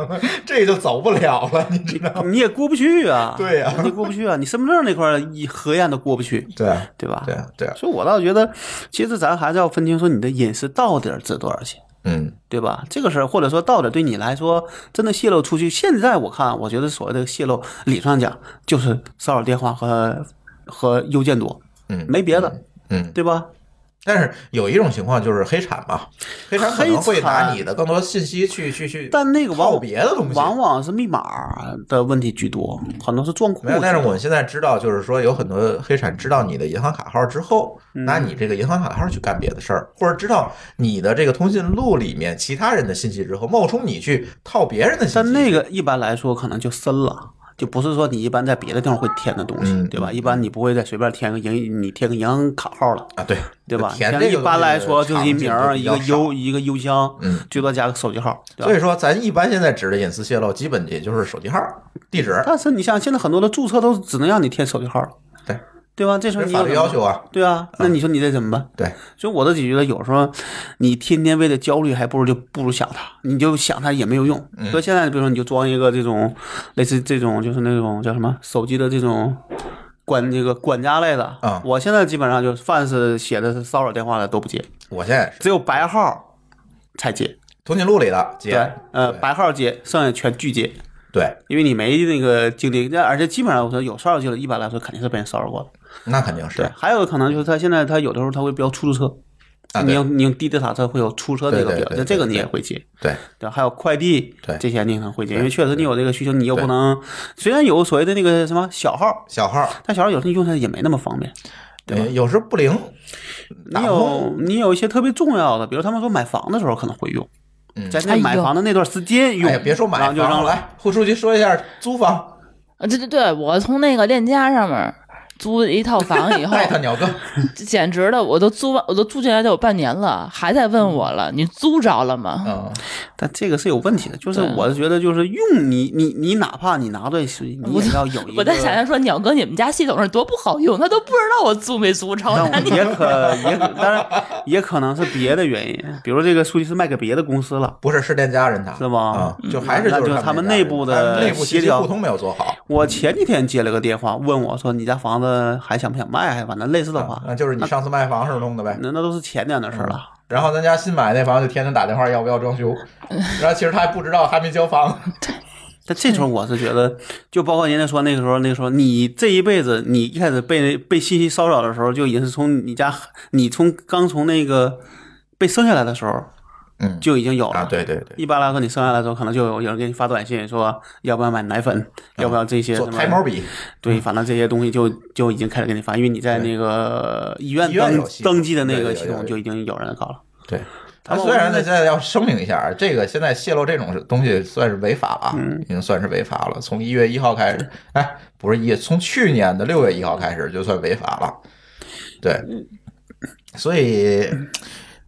Speaker 3: 这就走不了了，你知道吗？
Speaker 4: 你也过不去啊，
Speaker 3: 对呀
Speaker 4: 你过不去啊，你身份证那块儿一核验都过不去，
Speaker 3: 对啊
Speaker 4: 对吧？
Speaker 3: 对啊对啊，
Speaker 4: 所以我倒觉得，其实咱还是要分清说你的隐私到底值多少钱，
Speaker 3: 嗯
Speaker 4: 对吧？这个事儿或者说到底对你来说真的泄露出去，现在我看，我觉得所谓的泄露，理上讲就是骚扰电话和和邮件多，
Speaker 3: 嗯
Speaker 4: 没别的，
Speaker 3: 嗯。
Speaker 4: 对吧？
Speaker 3: 但是有一种情况就是黑产嘛，黑产可能会拿
Speaker 4: 黑
Speaker 3: 你的更多信息去去去，
Speaker 4: 但那个往
Speaker 3: 套别的东西。
Speaker 4: 往往是密码的问题居多，很多是撞库。
Speaker 3: 没有，但是我们现在知道，就是说有很多黑产知道你的银行卡号之后，
Speaker 4: 嗯
Speaker 3: 拿你这个银行卡号去干别的事儿，或者知道你的这个通讯录里面其他人的信息之后，冒充你去套别人的信息。
Speaker 4: 但那个一般来说可能就深了。就不是说你一般在别的地方会填的东西，
Speaker 3: 嗯
Speaker 4: 对吧？一般你不会再随便填个银，你填个银行卡号了，
Speaker 3: 啊，对
Speaker 4: 对吧？
Speaker 3: 填
Speaker 4: 填
Speaker 3: 这个
Speaker 4: 一般来说就是一
Speaker 3: 东西
Speaker 4: 名
Speaker 3: 的场
Speaker 4: 儿、
Speaker 3: 景
Speaker 4: 一
Speaker 3: 就
Speaker 4: 个
Speaker 3: 比较少
Speaker 4: 邮、一个邮箱，
Speaker 3: 嗯
Speaker 4: 最多加个手机号，
Speaker 3: 所
Speaker 4: 对吧？
Speaker 3: 以说，咱一般现在指的隐私泄露，基本也就是手机号、地址，
Speaker 4: 但是你像现在很多的注册都只能让你填手机号了，
Speaker 3: 对
Speaker 4: 对吧？这时
Speaker 3: 这
Speaker 4: 候
Speaker 3: 是
Speaker 4: 你
Speaker 3: 法
Speaker 4: 有
Speaker 3: 律
Speaker 4: 什么
Speaker 3: 要求啊。
Speaker 4: 对啊，那你说你得怎么办？
Speaker 3: 对，
Speaker 4: 所以我自己觉得，有时候你天天为了焦虑，还不如就不如想它，你就想它也没有用。
Speaker 3: 嗯
Speaker 4: 所以现在，比如说你就装一个这种类似这种，就是那种叫什么手机的这种管这个管家类的。
Speaker 3: 啊
Speaker 4: 我现在基本上就是凡是写的是骚扰电话的都不接，
Speaker 3: 我现在也是
Speaker 4: 只有白号才接。
Speaker 3: 通讯录里的姐，
Speaker 4: 对，呃，
Speaker 3: 对
Speaker 4: 白号接，剩下全拒接。
Speaker 3: 对，
Speaker 4: 因为你没那个精力，那而且基本上我说有骚扰记录，一般来说肯定是被人骚扰过的。
Speaker 3: 那肯定是
Speaker 4: 对，还有个可能就是他现在他有的时候他会标出租车，
Speaker 3: 啊，
Speaker 4: 你
Speaker 3: 对
Speaker 4: 用你用滴滴打车会有出租车这个
Speaker 3: 对对
Speaker 4: 表，
Speaker 3: 对
Speaker 4: 那这个
Speaker 3: 对
Speaker 4: 你
Speaker 3: 对
Speaker 4: 也会接，
Speaker 3: 对，
Speaker 4: 对，还有快递，
Speaker 3: 对
Speaker 4: 这些你可能会接，
Speaker 3: 对
Speaker 4: 因为确实你有这个需求，你又
Speaker 3: 对
Speaker 4: 不能，虽然有所谓的那个什么小号，
Speaker 3: 小号，
Speaker 4: 但小号有时候用起来也没那么方便。对吧
Speaker 3: 呃有时候不灵，打
Speaker 4: 你
Speaker 3: 不
Speaker 4: 有
Speaker 3: 通，
Speaker 4: 你有一些特别重要的，比如他们说买房的时候可能会用，在
Speaker 5: 哎
Speaker 4: 那买房的那段时间
Speaker 3: 嗯
Speaker 4: 用，
Speaker 3: 哎呀，别说买
Speaker 4: 然
Speaker 3: 房
Speaker 4: 后就扔了。
Speaker 3: 来，胡书记说一下租房，
Speaker 5: 啊，对对对，我从那个链家上面租一套房以
Speaker 3: [LAUGHS]
Speaker 5: 后，
Speaker 3: 艾特鸟哥，
Speaker 5: 简直了，我都租完，我都住进来得有半年了，还在问我了，你租着了吗？
Speaker 3: 嗯，
Speaker 4: 但这个是有问题的，就是
Speaker 5: 对啊
Speaker 4: 我是觉得就是用你你你哪怕你拿对手机，你
Speaker 5: 我
Speaker 4: 也要有一个。
Speaker 5: 我在想象说，鸟哥你们家系统是多不好用，他都不知道我租没租着。那
Speaker 4: 但
Speaker 5: 你
Speaker 4: 也可也可，当然也可能是别的原因，比如这个数据是卖给别的公司了。
Speaker 3: 不是是店家人打，
Speaker 4: 是吗嗯
Speaker 3: 啊，就还是
Speaker 4: 那
Speaker 3: 是
Speaker 4: 就是
Speaker 3: 他
Speaker 4: 他们
Speaker 3: 那家
Speaker 4: 内
Speaker 3: 人
Speaker 4: 部
Speaker 3: 他们
Speaker 4: 的
Speaker 3: 内部信
Speaker 4: 协
Speaker 3: 息
Speaker 4: 调
Speaker 3: 互通没有做好，
Speaker 4: 我前几天接了个电话，问我说：“你家房子还想不想卖？”还反正类似的话，
Speaker 3: 啊，嗯就是你上次卖房时候弄的呗。
Speaker 4: 那那都是前年的事儿了。
Speaker 3: 然后咱家新买那房就天天打电话要不要装
Speaker 4: [LAUGHS]
Speaker 3: 修，然后其实他还不知道还没交房，
Speaker 4: 但这时候我是觉得，就包括人家说那个时候，那个时候你这一辈子，你一开始被被信息骚扰的时候，就已经是从你家，你从刚从那个被生下来的时候
Speaker 3: 嗯，
Speaker 4: 就已经有了。
Speaker 3: 啊，对对对，
Speaker 4: 一般来说，你生下来的时候，可能就有有人给你发短信说，要不要买奶粉，要不要这些什
Speaker 3: 啊做
Speaker 4: 么
Speaker 3: 胎毛笔，
Speaker 4: 对，
Speaker 3: 嗯
Speaker 4: 反正这些东西就就已经开始给你发，因为你在那个医院
Speaker 3: 医院
Speaker 4: 登
Speaker 3: 有系统
Speaker 4: 登记的那
Speaker 3: 对
Speaker 4: 个
Speaker 3: 有
Speaker 4: 系
Speaker 3: 有有
Speaker 4: 统就已经有人搞了。
Speaker 3: 对。他
Speaker 4: 他们
Speaker 3: 虽然
Speaker 4: 我
Speaker 3: 呢，
Speaker 4: 们
Speaker 3: 现在要声明一下啊，这个现在泄露这种东西算是违法了，
Speaker 4: 嗯
Speaker 3: 已经算是违法了。从一月一号开始，
Speaker 4: 嗯
Speaker 3: 哎，不是一，从去年的六月一号开始就算违法了。对，所以，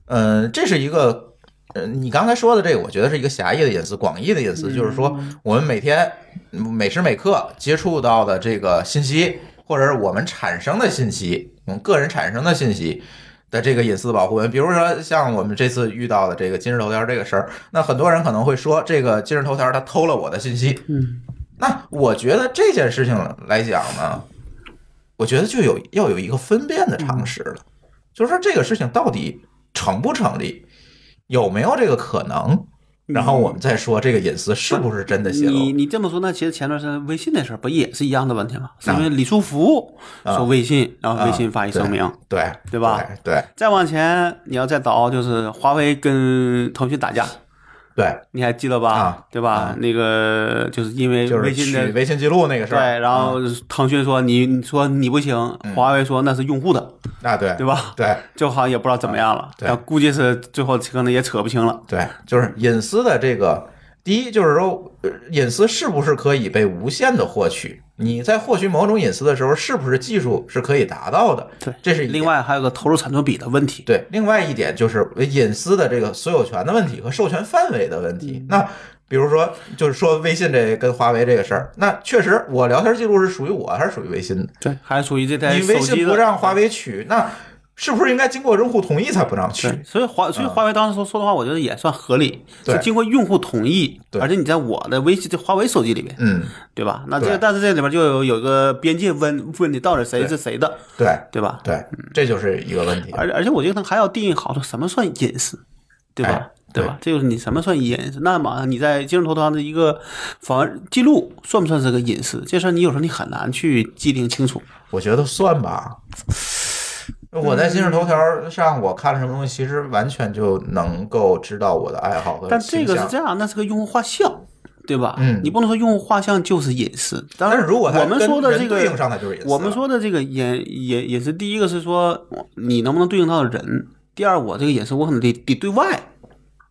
Speaker 3: 嗯、这是一个。呃，你刚才说的这个，我觉得是一个狭义的隐私。广义的隐私就是说，
Speaker 4: 嗯
Speaker 3: 我们每天每时每刻接触到的这个信息，或者是我们产生的信息，我们个人产生的信息的这个隐私保护。比如说，像我们这次遇到的这个今日头条这个事儿，那很多人可能会说，这个今日头条他偷了我的信息。
Speaker 4: 嗯，
Speaker 3: 那我觉得这件事情来讲呢，我觉得就有要有一个分辨的常识了，
Speaker 4: 嗯
Speaker 3: 就是说这个事情到底成不成立，有没有这个可能，然后我们再说这个隐私是不是真的泄
Speaker 4: 你
Speaker 3: 露。
Speaker 4: 你这么说，那其实前段时间微信那事儿不也是一样的问题吗？
Speaker 3: 啊
Speaker 4: 因为李书福说微信，然后微信发一声明。
Speaker 3: 对
Speaker 4: 对吧？
Speaker 3: 对
Speaker 4: 再往前，你要再倒，就是华为跟腾讯打架，
Speaker 3: 对
Speaker 4: 你还记得吧？
Speaker 3: 啊
Speaker 4: 对吧？
Speaker 3: 啊
Speaker 4: 那个就是因为
Speaker 3: 对，就是
Speaker 4: 微信
Speaker 3: 取
Speaker 4: 的
Speaker 3: 微信记录那个事儿。嗯啊
Speaker 4: 对，然后腾讯说你你说你不行，华为说那是用户的，
Speaker 3: 啊，对
Speaker 4: 对吧？
Speaker 3: 对
Speaker 4: 就好像也不知道怎么样了，
Speaker 3: 啊对
Speaker 4: 但估计是最后可能也扯不清了。
Speaker 3: 对，就是隐私的这个，第一就是说，呃隐私是不是可以被无限的获取？你在获取某种隐私的时候，是不是技术是可以达到的？
Speaker 4: 对，
Speaker 3: 这是一点
Speaker 4: 另外还有个投入产出比的问题。
Speaker 3: 对，另外一点就是呃隐私的这个所有权的问题和授权范围的问题。
Speaker 4: 嗯
Speaker 3: 那比如说，就是说微信这跟华为这个事儿，那确实我聊天记录是属于我还是属于微信的？
Speaker 4: 对，还属于这台
Speaker 3: 你
Speaker 4: 手
Speaker 3: 微
Speaker 4: 机
Speaker 3: 信
Speaker 4: 的
Speaker 3: 不。让华为取，那是不是应该经过用户同意才不让取
Speaker 4: 对？，所以华所以华为当时说说的话，我觉得也算合理，
Speaker 3: 啊对
Speaker 4: 是经过用户同意，
Speaker 3: 对
Speaker 4: 而且你在我的微信这华为手机里面，
Speaker 3: 嗯，
Speaker 4: 对吧？那这
Speaker 3: 对
Speaker 4: 个但是这里边就有有个边界问问题，到底谁
Speaker 3: 对
Speaker 4: 是谁的，
Speaker 3: 对
Speaker 4: 对吧？
Speaker 3: 对，这就是一个问题。啊
Speaker 4: 而而且我觉得他还要定义好了什么算隐私，对吧？
Speaker 3: 哎
Speaker 4: 对吧？这就是你什么算隐私。那么你在今日头条的一个访问记录算不算是个隐私？这事儿你有时候你很难去界定清楚。
Speaker 3: 我觉得算吧。我在今日头条上我看了什么东西，其实完全就能够知道我的爱好和
Speaker 4: 但这
Speaker 3: 倾
Speaker 4: 个是
Speaker 3: 向
Speaker 4: 这样，那是个用户画像，对吧？
Speaker 3: 嗯
Speaker 4: 你不能说用户画像就是隐私。当
Speaker 3: 但
Speaker 4: 然，
Speaker 3: 是如果它
Speaker 4: 我们
Speaker 3: 跟
Speaker 4: 说的
Speaker 3: 人
Speaker 4: 这个
Speaker 3: 对应上它就是隐私
Speaker 4: 我们
Speaker 3: 了
Speaker 4: 说的这个隐隐隐私，第一个是说你能不能对应到人，第二我这个隐私我可能得得对外，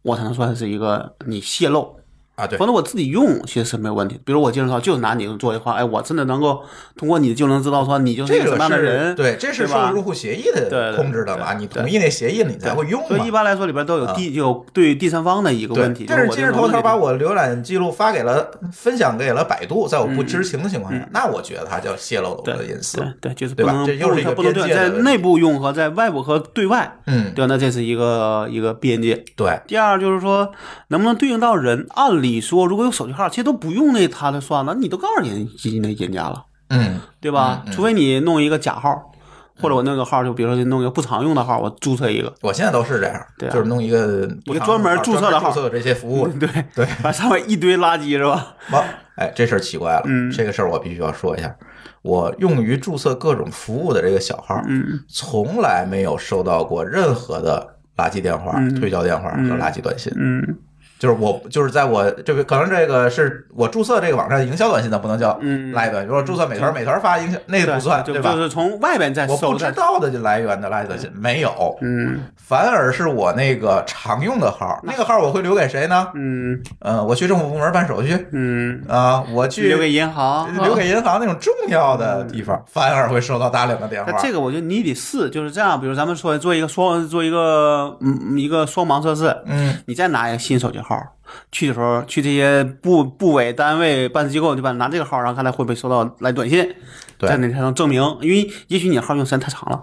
Speaker 4: 我才能算是一个你泄露。
Speaker 3: 啊，对
Speaker 4: 反，正我自己用其实是没有问题。比如我介绍就是拿你做一话，哎，我真的能够通过你就能知道说你就是一
Speaker 3: 这
Speaker 4: 个什
Speaker 3: 个
Speaker 4: 么样的
Speaker 3: 是
Speaker 4: 人，
Speaker 3: 对，这是
Speaker 4: 吧
Speaker 3: 受用户协议
Speaker 4: 对对
Speaker 3: 的
Speaker 4: 对
Speaker 3: 控制的嘛？
Speaker 4: 对
Speaker 3: 你同意那协议了，你才会用
Speaker 4: 所以一
Speaker 3: 嘛。嗯
Speaker 4: 般来说里边都有第有对第三方的一个问
Speaker 3: 对，。
Speaker 4: 题
Speaker 3: 但是今日
Speaker 4: 就是
Speaker 3: 头
Speaker 4: 我这
Speaker 3: 条
Speaker 4: 个
Speaker 3: 把我浏览记录发给了、分享给了百度，在我不知情的情况下，那我觉得它叫泄露了我的
Speaker 4: 对
Speaker 3: 隐私
Speaker 4: 嗯对。对，就是
Speaker 3: 对
Speaker 4: 不
Speaker 3: 吧
Speaker 4: 能
Speaker 3: 这又是一个
Speaker 4: 不能不能
Speaker 3: 边界的
Speaker 4: 对在
Speaker 3: 问题
Speaker 4: 内部用和在外部和对外，
Speaker 3: 嗯，
Speaker 4: 对，那这是一个一个边界。
Speaker 3: 对，
Speaker 4: 第二就是说，能不能对应到人？按理说，如果有手机号，其实都不用那他的算了，你都告诉人人人家了，
Speaker 3: 嗯，
Speaker 4: 对吧？除非你弄一个假号，或者我弄个号，就比如说就弄一个不常用的号，我注册一个，
Speaker 3: 我现在都是这样，
Speaker 4: 对啊
Speaker 3: 就是弄一个不
Speaker 4: 一个
Speaker 3: 常
Speaker 4: 专门
Speaker 3: 用
Speaker 4: 注册的
Speaker 3: 专门
Speaker 4: 号
Speaker 3: 注册这些服务，
Speaker 4: [LAUGHS] 对
Speaker 3: 对，
Speaker 4: 反正上面一堆垃圾是吧？
Speaker 3: 哇，哎，这事儿奇怪了，
Speaker 4: 嗯
Speaker 3: 这个事儿我必须要说一下。我用于注册各种服务的这个小号，
Speaker 4: 嗯
Speaker 3: 从来没有收到过任何的垃圾电话、推销电话和垃圾短信。
Speaker 4: 嗯，
Speaker 3: 就是我，就是在我这个可能这个是我注册这个网站营销短信的，不能叫
Speaker 4: 嗯
Speaker 3: 垃圾短信。如果注册美团，美团发营销那个不算，
Speaker 4: 就
Speaker 3: 对吧
Speaker 4: 就？是从外边再
Speaker 3: 我
Speaker 4: 搜
Speaker 3: 不知
Speaker 4: 的。
Speaker 3: 道的就来源的垃圾短信没有，
Speaker 4: 嗯
Speaker 3: 反而是我那个常用的号，那个号我会留给谁呢？
Speaker 4: 嗯
Speaker 3: 呃，我去政府部门办手续
Speaker 4: 嗯，
Speaker 3: 啊，我去
Speaker 4: 留给银行，嗯
Speaker 3: 留给银行那种重要的地方，反而会收到大量的电话
Speaker 4: 那。这个我觉得你得试，就是这样。比如咱们说做一个双做一个嗯一个双盲测试，
Speaker 3: 嗯，
Speaker 4: 你再拿一个新手机号去的时候，去这些部部委单位办事机构对吧？拿这个号，然后看他会不会收到来短信，
Speaker 3: 对
Speaker 4: 这样你才能证明，因为也许你号用时间太长了，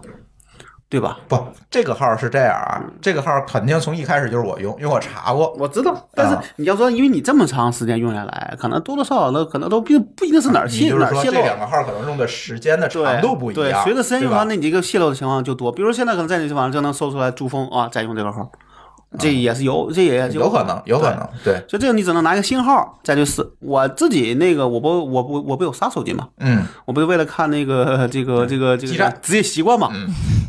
Speaker 4: 对吧？
Speaker 3: 不，这个号是这样啊，
Speaker 4: 嗯
Speaker 3: 这个号肯定从一开始就是我用，因为我查过。
Speaker 4: 我知道，但是
Speaker 3: 啊
Speaker 4: 你要说，因为你这么长时间用下来，可能多多少少的，可能都并不一定是哪儿
Speaker 3: 你
Speaker 4: 泄
Speaker 3: 就是
Speaker 4: 哪儿
Speaker 3: 说
Speaker 4: 泄
Speaker 3: 这
Speaker 4: 露了，
Speaker 3: 两个号可能用的时间的长度不一
Speaker 4: 对，
Speaker 3: 样，
Speaker 4: 随着时间用
Speaker 3: 对吧
Speaker 4: 长，那你这个泄露的情况就多。比如现在可能在你这网上就能搜出来珠峰啊，在用这个号，这也是有，这也
Speaker 3: 嗯
Speaker 4: 是
Speaker 3: 有可能，有可。
Speaker 4: 对
Speaker 3: 能，对，
Speaker 4: 所以这个你只能拿一个新号再去试。我自己那个，我不，我不，我不有杀手机嘛？
Speaker 3: 嗯，
Speaker 4: 我不是为了看那个这个这个这
Speaker 3: 基站
Speaker 4: 个职业习惯
Speaker 3: 嗯
Speaker 4: 嘛？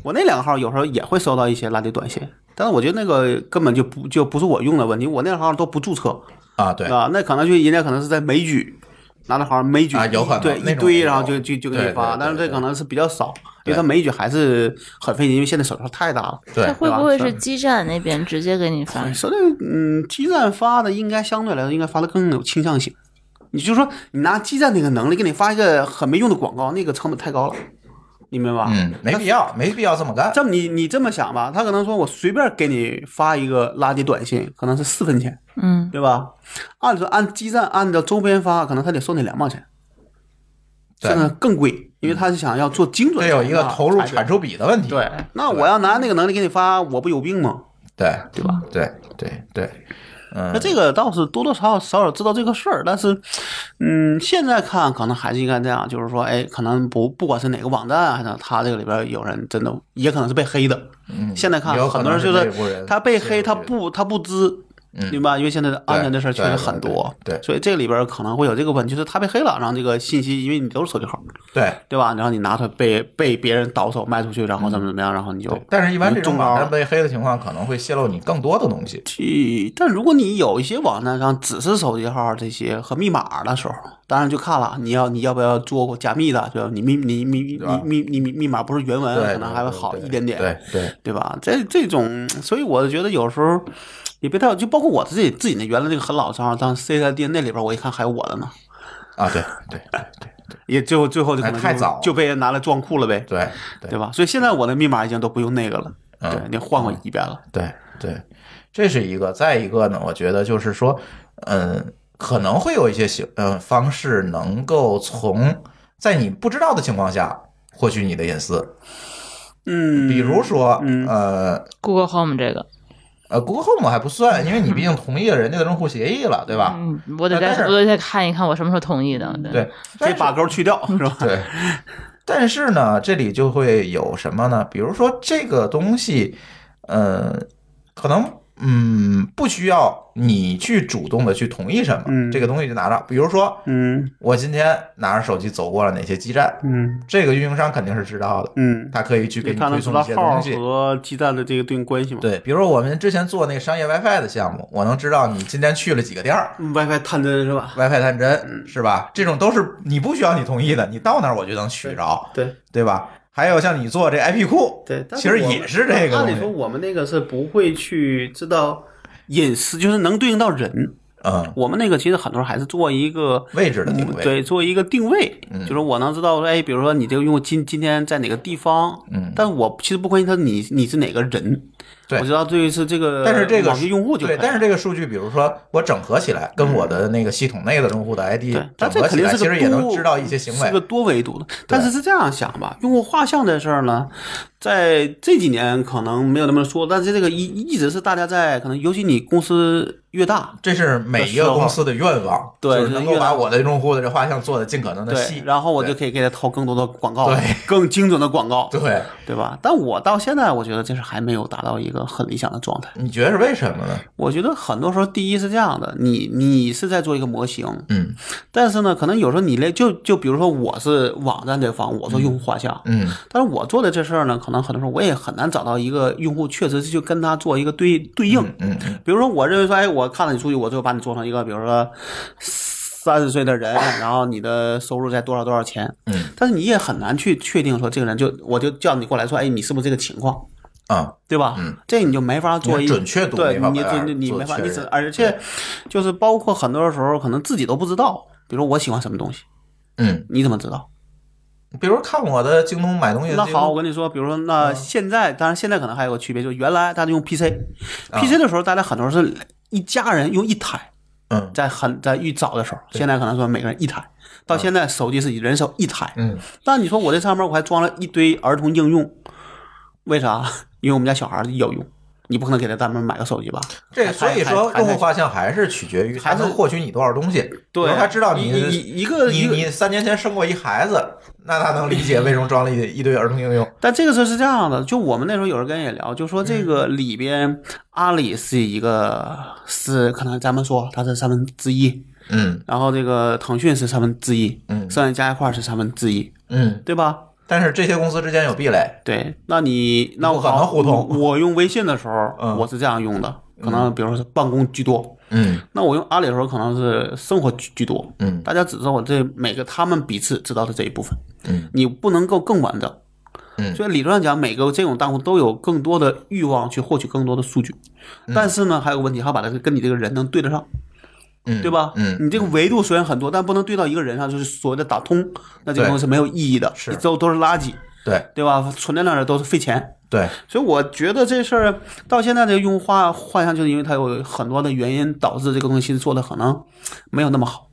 Speaker 4: 我那两个号有时候也会收到一些垃圾短信，但是我觉得那个根本就不就不是我用的问题，我那个号都不注册
Speaker 3: 啊，对，
Speaker 4: 啊，那可能就人家可能是在美举。拿着好像美举
Speaker 3: 啊有可能
Speaker 4: 对
Speaker 3: 那种也
Speaker 4: 一堆，
Speaker 3: 有
Speaker 4: 然后就就就给
Speaker 3: 对
Speaker 4: 你
Speaker 3: 对对
Speaker 4: 发，但是
Speaker 3: 对
Speaker 4: 这可能是比较少，因
Speaker 3: 对
Speaker 4: 为它美举还是很费劲，因为现在手头太大了。
Speaker 3: 对
Speaker 5: 它，会不会是基站那边直接给你
Speaker 3: 啊
Speaker 5: 发？
Speaker 4: 说这个，嗯，基站发的应该相对来说应该发的更有倾向性。你就说你拿基站那个能力给你发一个很没用的广告，那个成本太高了，你明白吧？
Speaker 3: 嗯，没必要，没必要这么干。
Speaker 4: 这么你你这么想吧，他可能说我随便给你发一个垃圾短信，可能是四分钱，
Speaker 5: 嗯，
Speaker 4: 对吧？按说按基站按照周边发，可能他得收你两毛钱，
Speaker 3: 对
Speaker 4: 甚至更贵，因为他是想要做精准
Speaker 3: 这
Speaker 4: 的。
Speaker 3: 有一个投入产
Speaker 4: 产
Speaker 3: 出比的问题。
Speaker 4: 对，那我要拿那个能力给你发，我不有病吗？
Speaker 3: 对
Speaker 4: 对吧？
Speaker 3: 对对对，嗯，
Speaker 4: 那这个倒是多多少少少少知道这个事儿，但是，嗯，现在看可能还是应该这样，就是说，哎，可能不不管是哪个网站，还是他这个里边有人真的，也可能是被黑的。
Speaker 3: 嗯
Speaker 4: 现在看
Speaker 3: 有可
Speaker 4: 很多人就
Speaker 3: 内部人
Speaker 4: 他被黑，他
Speaker 3: 介入
Speaker 4: 不他不知，
Speaker 3: 嗯
Speaker 4: 明白？因为现在的安全的事儿确实很多，
Speaker 3: 对对对对
Speaker 4: 所以这里边可能会有这个问题，就是他被黑了，然后这个信息，因为你都是手机号，
Speaker 3: 对。
Speaker 4: 对吧？然后你拿它被被别人倒手卖出去，然后
Speaker 3: 嗯
Speaker 4: 怎么怎么样，然后你就
Speaker 3: 但是，一般这种
Speaker 4: 中
Speaker 3: 网
Speaker 4: 招
Speaker 3: 站
Speaker 4: 了。
Speaker 3: 被黑的情况，可能会泄露你更多的东西。
Speaker 4: 去，但如果你有一些网站上只是手机号这些和密码的时候，当然就看了你要你要不要做过加密的，对吧？你密你密你
Speaker 3: 对吧
Speaker 4: 密你密密码不是原文，
Speaker 3: 对，
Speaker 4: 可能还会
Speaker 3: 对
Speaker 4: 好
Speaker 3: 对
Speaker 4: 一点点。
Speaker 3: 对对，
Speaker 4: 对吧？这这种，所以我觉得有时候也别太，就包括我自己自己那原来那个很老的账号，当 C 在 D 那里边，我一看还有我的呢，
Speaker 3: 啊，对对对
Speaker 4: 也最后最后就可能就
Speaker 3: 哎太早了
Speaker 4: 就被人拿来装酷了呗，
Speaker 3: 对
Speaker 4: 对吧？所以现在我的密码已经都不用那个了，
Speaker 3: 嗯
Speaker 4: 对，你换过一遍了，
Speaker 3: 对对，这是一个。再一个呢，我觉得就是说，嗯，可能会有一些形嗯方式能够从在你不知道的情况下获取你的隐私，
Speaker 4: 嗯，
Speaker 3: 比如说，
Speaker 4: 嗯
Speaker 3: 呃。
Speaker 5: Google Home 这个，
Speaker 3: 呃，Google Home 还不算，因为你毕竟同意了人家的用户协议了，对吧？
Speaker 5: 嗯，我得再
Speaker 3: 啊但是嗯
Speaker 5: 我得再看一看我什么时候同意的。
Speaker 3: 对，但
Speaker 4: 这
Speaker 3: 是
Speaker 4: 把勾去掉是 [LAUGHS] 吧？
Speaker 3: 对，但是呢，这里就会有什么呢？比如说这个东西，呃，可能嗯不需要你去主动的去同意什么，
Speaker 4: 嗯
Speaker 3: 这个东西就拿着。比如说
Speaker 4: 嗯
Speaker 3: 我今天拿着手机走过了哪些基站，
Speaker 4: 嗯
Speaker 3: 这个运营商肯定是知道的，
Speaker 4: 嗯，
Speaker 3: 他可以去给
Speaker 4: 你
Speaker 3: 你
Speaker 4: 看
Speaker 3: 推
Speaker 4: 能知
Speaker 3: 送
Speaker 4: 道
Speaker 3: 一些
Speaker 4: 号
Speaker 3: 东西。
Speaker 4: 和基站的这个对应关系吗？
Speaker 3: 对，比如说我们之前做那个商业 WiFi 的项目，我能知道你今天去了几个店儿
Speaker 4: 嗯，WiFi 探针是吧？
Speaker 3: ，WiFi 探
Speaker 4: 嗯
Speaker 3: 针是吧？这种都是你不需要你同意的，你到那儿我就能取着。
Speaker 4: 对
Speaker 3: 对吧？还有像你做这 IP 库，
Speaker 4: 对，但
Speaker 3: 其
Speaker 4: 是
Speaker 3: 实
Speaker 4: 我
Speaker 3: 也
Speaker 4: 们
Speaker 3: 是这个东
Speaker 4: 按理说
Speaker 3: 西，
Speaker 4: 我们那个是不会去知道隐私，就是能对应到人。
Speaker 3: 嗯，
Speaker 4: 我们那个其实很多人还是做一个
Speaker 3: 位置的定
Speaker 4: 嗯
Speaker 3: 位，
Speaker 4: 对，做一个定位，
Speaker 3: 嗯
Speaker 4: 就是我能知道，哎，比如说你这个用户今今天在哪个地方，
Speaker 3: 嗯
Speaker 4: 但我其实不关心他你你是哪个人，
Speaker 3: 对
Speaker 4: 我知道对是这个，
Speaker 3: 但是这个
Speaker 4: 网
Speaker 3: 数
Speaker 4: 络用户就可以
Speaker 3: 对，但是这个数据，比如说我整合起来，跟我的那个系统内的用户的 ID
Speaker 4: 对，但
Speaker 3: 整
Speaker 4: 这
Speaker 3: 合
Speaker 4: 肯
Speaker 3: 起
Speaker 4: 定
Speaker 3: 来，
Speaker 4: 是
Speaker 3: 其
Speaker 4: 个
Speaker 3: 实也能
Speaker 4: 多
Speaker 3: 知道一些行为
Speaker 4: 是个。多维度的。但是是这样想吧，用户画像这事儿呢，在这几年可能没有那么说，但是这个一一直是大家在可能，尤其你公司越大，
Speaker 3: 这是每一个公司的愿望，
Speaker 4: 对
Speaker 3: 就是能够把我的用户的这画像做的尽可能的
Speaker 4: 对
Speaker 3: 细，，
Speaker 4: 然后我就可以给他投更多的广告，
Speaker 3: 对，
Speaker 4: 更精准的广告，
Speaker 3: 对，
Speaker 4: 对吧？但我到现在，我觉得这是还没有达到一个很理想的状态。
Speaker 3: 你觉得是为什么呢？
Speaker 4: 我觉得很多时候，第一是这样的，你你是在做一个模型，
Speaker 3: 嗯
Speaker 4: 但是呢，可能有时候你类就就比如说我是网站这方，我做用户画像，
Speaker 3: 嗯，
Speaker 4: 但是我做的这事儿呢，可能很多时候我也很难找到一个用户确实是就跟他做一个对对应。
Speaker 3: 嗯嗯
Speaker 4: 比如说，我认为说，哎，我看了你数据，我最后把你做成一个，比如说三十岁的人，然后你的收入在多少多少钱，
Speaker 3: 嗯
Speaker 4: 但是你也很难去确定说这个人就我就叫你过来说，哎，你是不是这个情况，
Speaker 3: 啊，
Speaker 4: 对吧？
Speaker 3: 嗯，
Speaker 4: 这你就没法做一
Speaker 3: 你准确度
Speaker 4: 对
Speaker 3: 没法
Speaker 4: 你
Speaker 3: 把它
Speaker 4: 你你
Speaker 3: 做
Speaker 4: 没法，
Speaker 3: 确
Speaker 4: 你
Speaker 3: 认
Speaker 4: 只而且就是包括很多时候可能自己都不知道，比如说我喜欢什么东西，
Speaker 3: 嗯，
Speaker 4: 你怎么知道？
Speaker 3: 比如看我的京东买东西的
Speaker 4: 那
Speaker 3: 记
Speaker 4: 好，
Speaker 3: 录，
Speaker 4: 我跟你说，比如说那现在，当然现在可能还有个区别，就是原来大家用 PC，PC 的时候大家很多是一家人用一台，
Speaker 3: 嗯
Speaker 4: 在很在预早的时候，现在可能说每个人一台，到现在手机是人手一台，
Speaker 3: 嗯，
Speaker 4: 但你说我这上面我还装了一堆儿童应用，为啥？因为我们家小孩有用，你不可能给他专门买个手机吧？
Speaker 3: 这
Speaker 4: 还
Speaker 3: 所以
Speaker 4: 还
Speaker 3: 说，
Speaker 4: 还
Speaker 3: 用户
Speaker 4: 还
Speaker 3: 画像还是取决于
Speaker 4: 还
Speaker 3: 他能
Speaker 4: 是
Speaker 3: 获取你多少东西。
Speaker 4: 对啊
Speaker 3: 比如他知道你
Speaker 4: 一一一个
Speaker 3: 你
Speaker 4: 一个
Speaker 3: 你三年前生过一孩子，那他能理解为什么装了一一堆儿童应用。
Speaker 4: 但这个事儿是这样的，就我们那时候有人跟人也聊，就
Speaker 3: 嗯
Speaker 4: 说这个里边阿里是一个是可能咱们说它是三分之一，
Speaker 3: 嗯
Speaker 4: 然后这个腾讯是三分之一，
Speaker 3: 嗯
Speaker 4: 剩下加一块儿是三分之一，
Speaker 3: 嗯，
Speaker 4: 对吧？
Speaker 3: 但是这些公司之间有壁垒。
Speaker 4: 对，那你那我
Speaker 3: 不可能互通
Speaker 4: 我我用微信的时候，
Speaker 3: 嗯
Speaker 4: 我是这样用的，可能比如说是办公居多，
Speaker 3: 嗯
Speaker 4: 那我用阿里的时候可能是生活居居多，
Speaker 3: 嗯
Speaker 4: 大家只知道我这每个他们彼此知道的这一部分，
Speaker 3: 嗯，
Speaker 4: 你不能够更完整，
Speaker 3: 嗯
Speaker 4: 所以理论上讲，每个这种账户都有更多的欲望去获取更多的数据，但是呢，还有个问题，还要把它跟你这个人能对得上，
Speaker 3: 嗯，
Speaker 4: 对吧？
Speaker 3: 嗯，
Speaker 4: 你这个维度虽然很多，但不能对到一个人上，就是所谓的打通，那这
Speaker 3: 对
Speaker 4: 个东西是没有意义的，
Speaker 3: 是
Speaker 4: 都都是垃圾，
Speaker 3: 对
Speaker 4: 对吧？存在那儿都是费钱。
Speaker 3: 对，
Speaker 4: 所以我觉得这事儿到现在这个用户画画像，就是因为它有很多的原因导致这个东西做的可能没有那么好，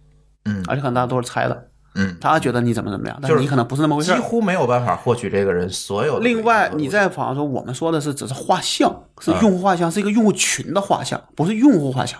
Speaker 3: 嗯
Speaker 4: 而且可能大家都是猜的，
Speaker 3: 嗯，
Speaker 4: 大家觉得你怎么怎么样，但
Speaker 3: 就是是
Speaker 4: 你可能不是那么回事
Speaker 3: 几
Speaker 4: 儿。
Speaker 3: 乎没有办法获取这个人所有的这个
Speaker 4: 另
Speaker 3: 东西。啊
Speaker 4: 外，你在网上说我们说的是只是画像，是用户画像，是一个用户群的画像，不是用户画像，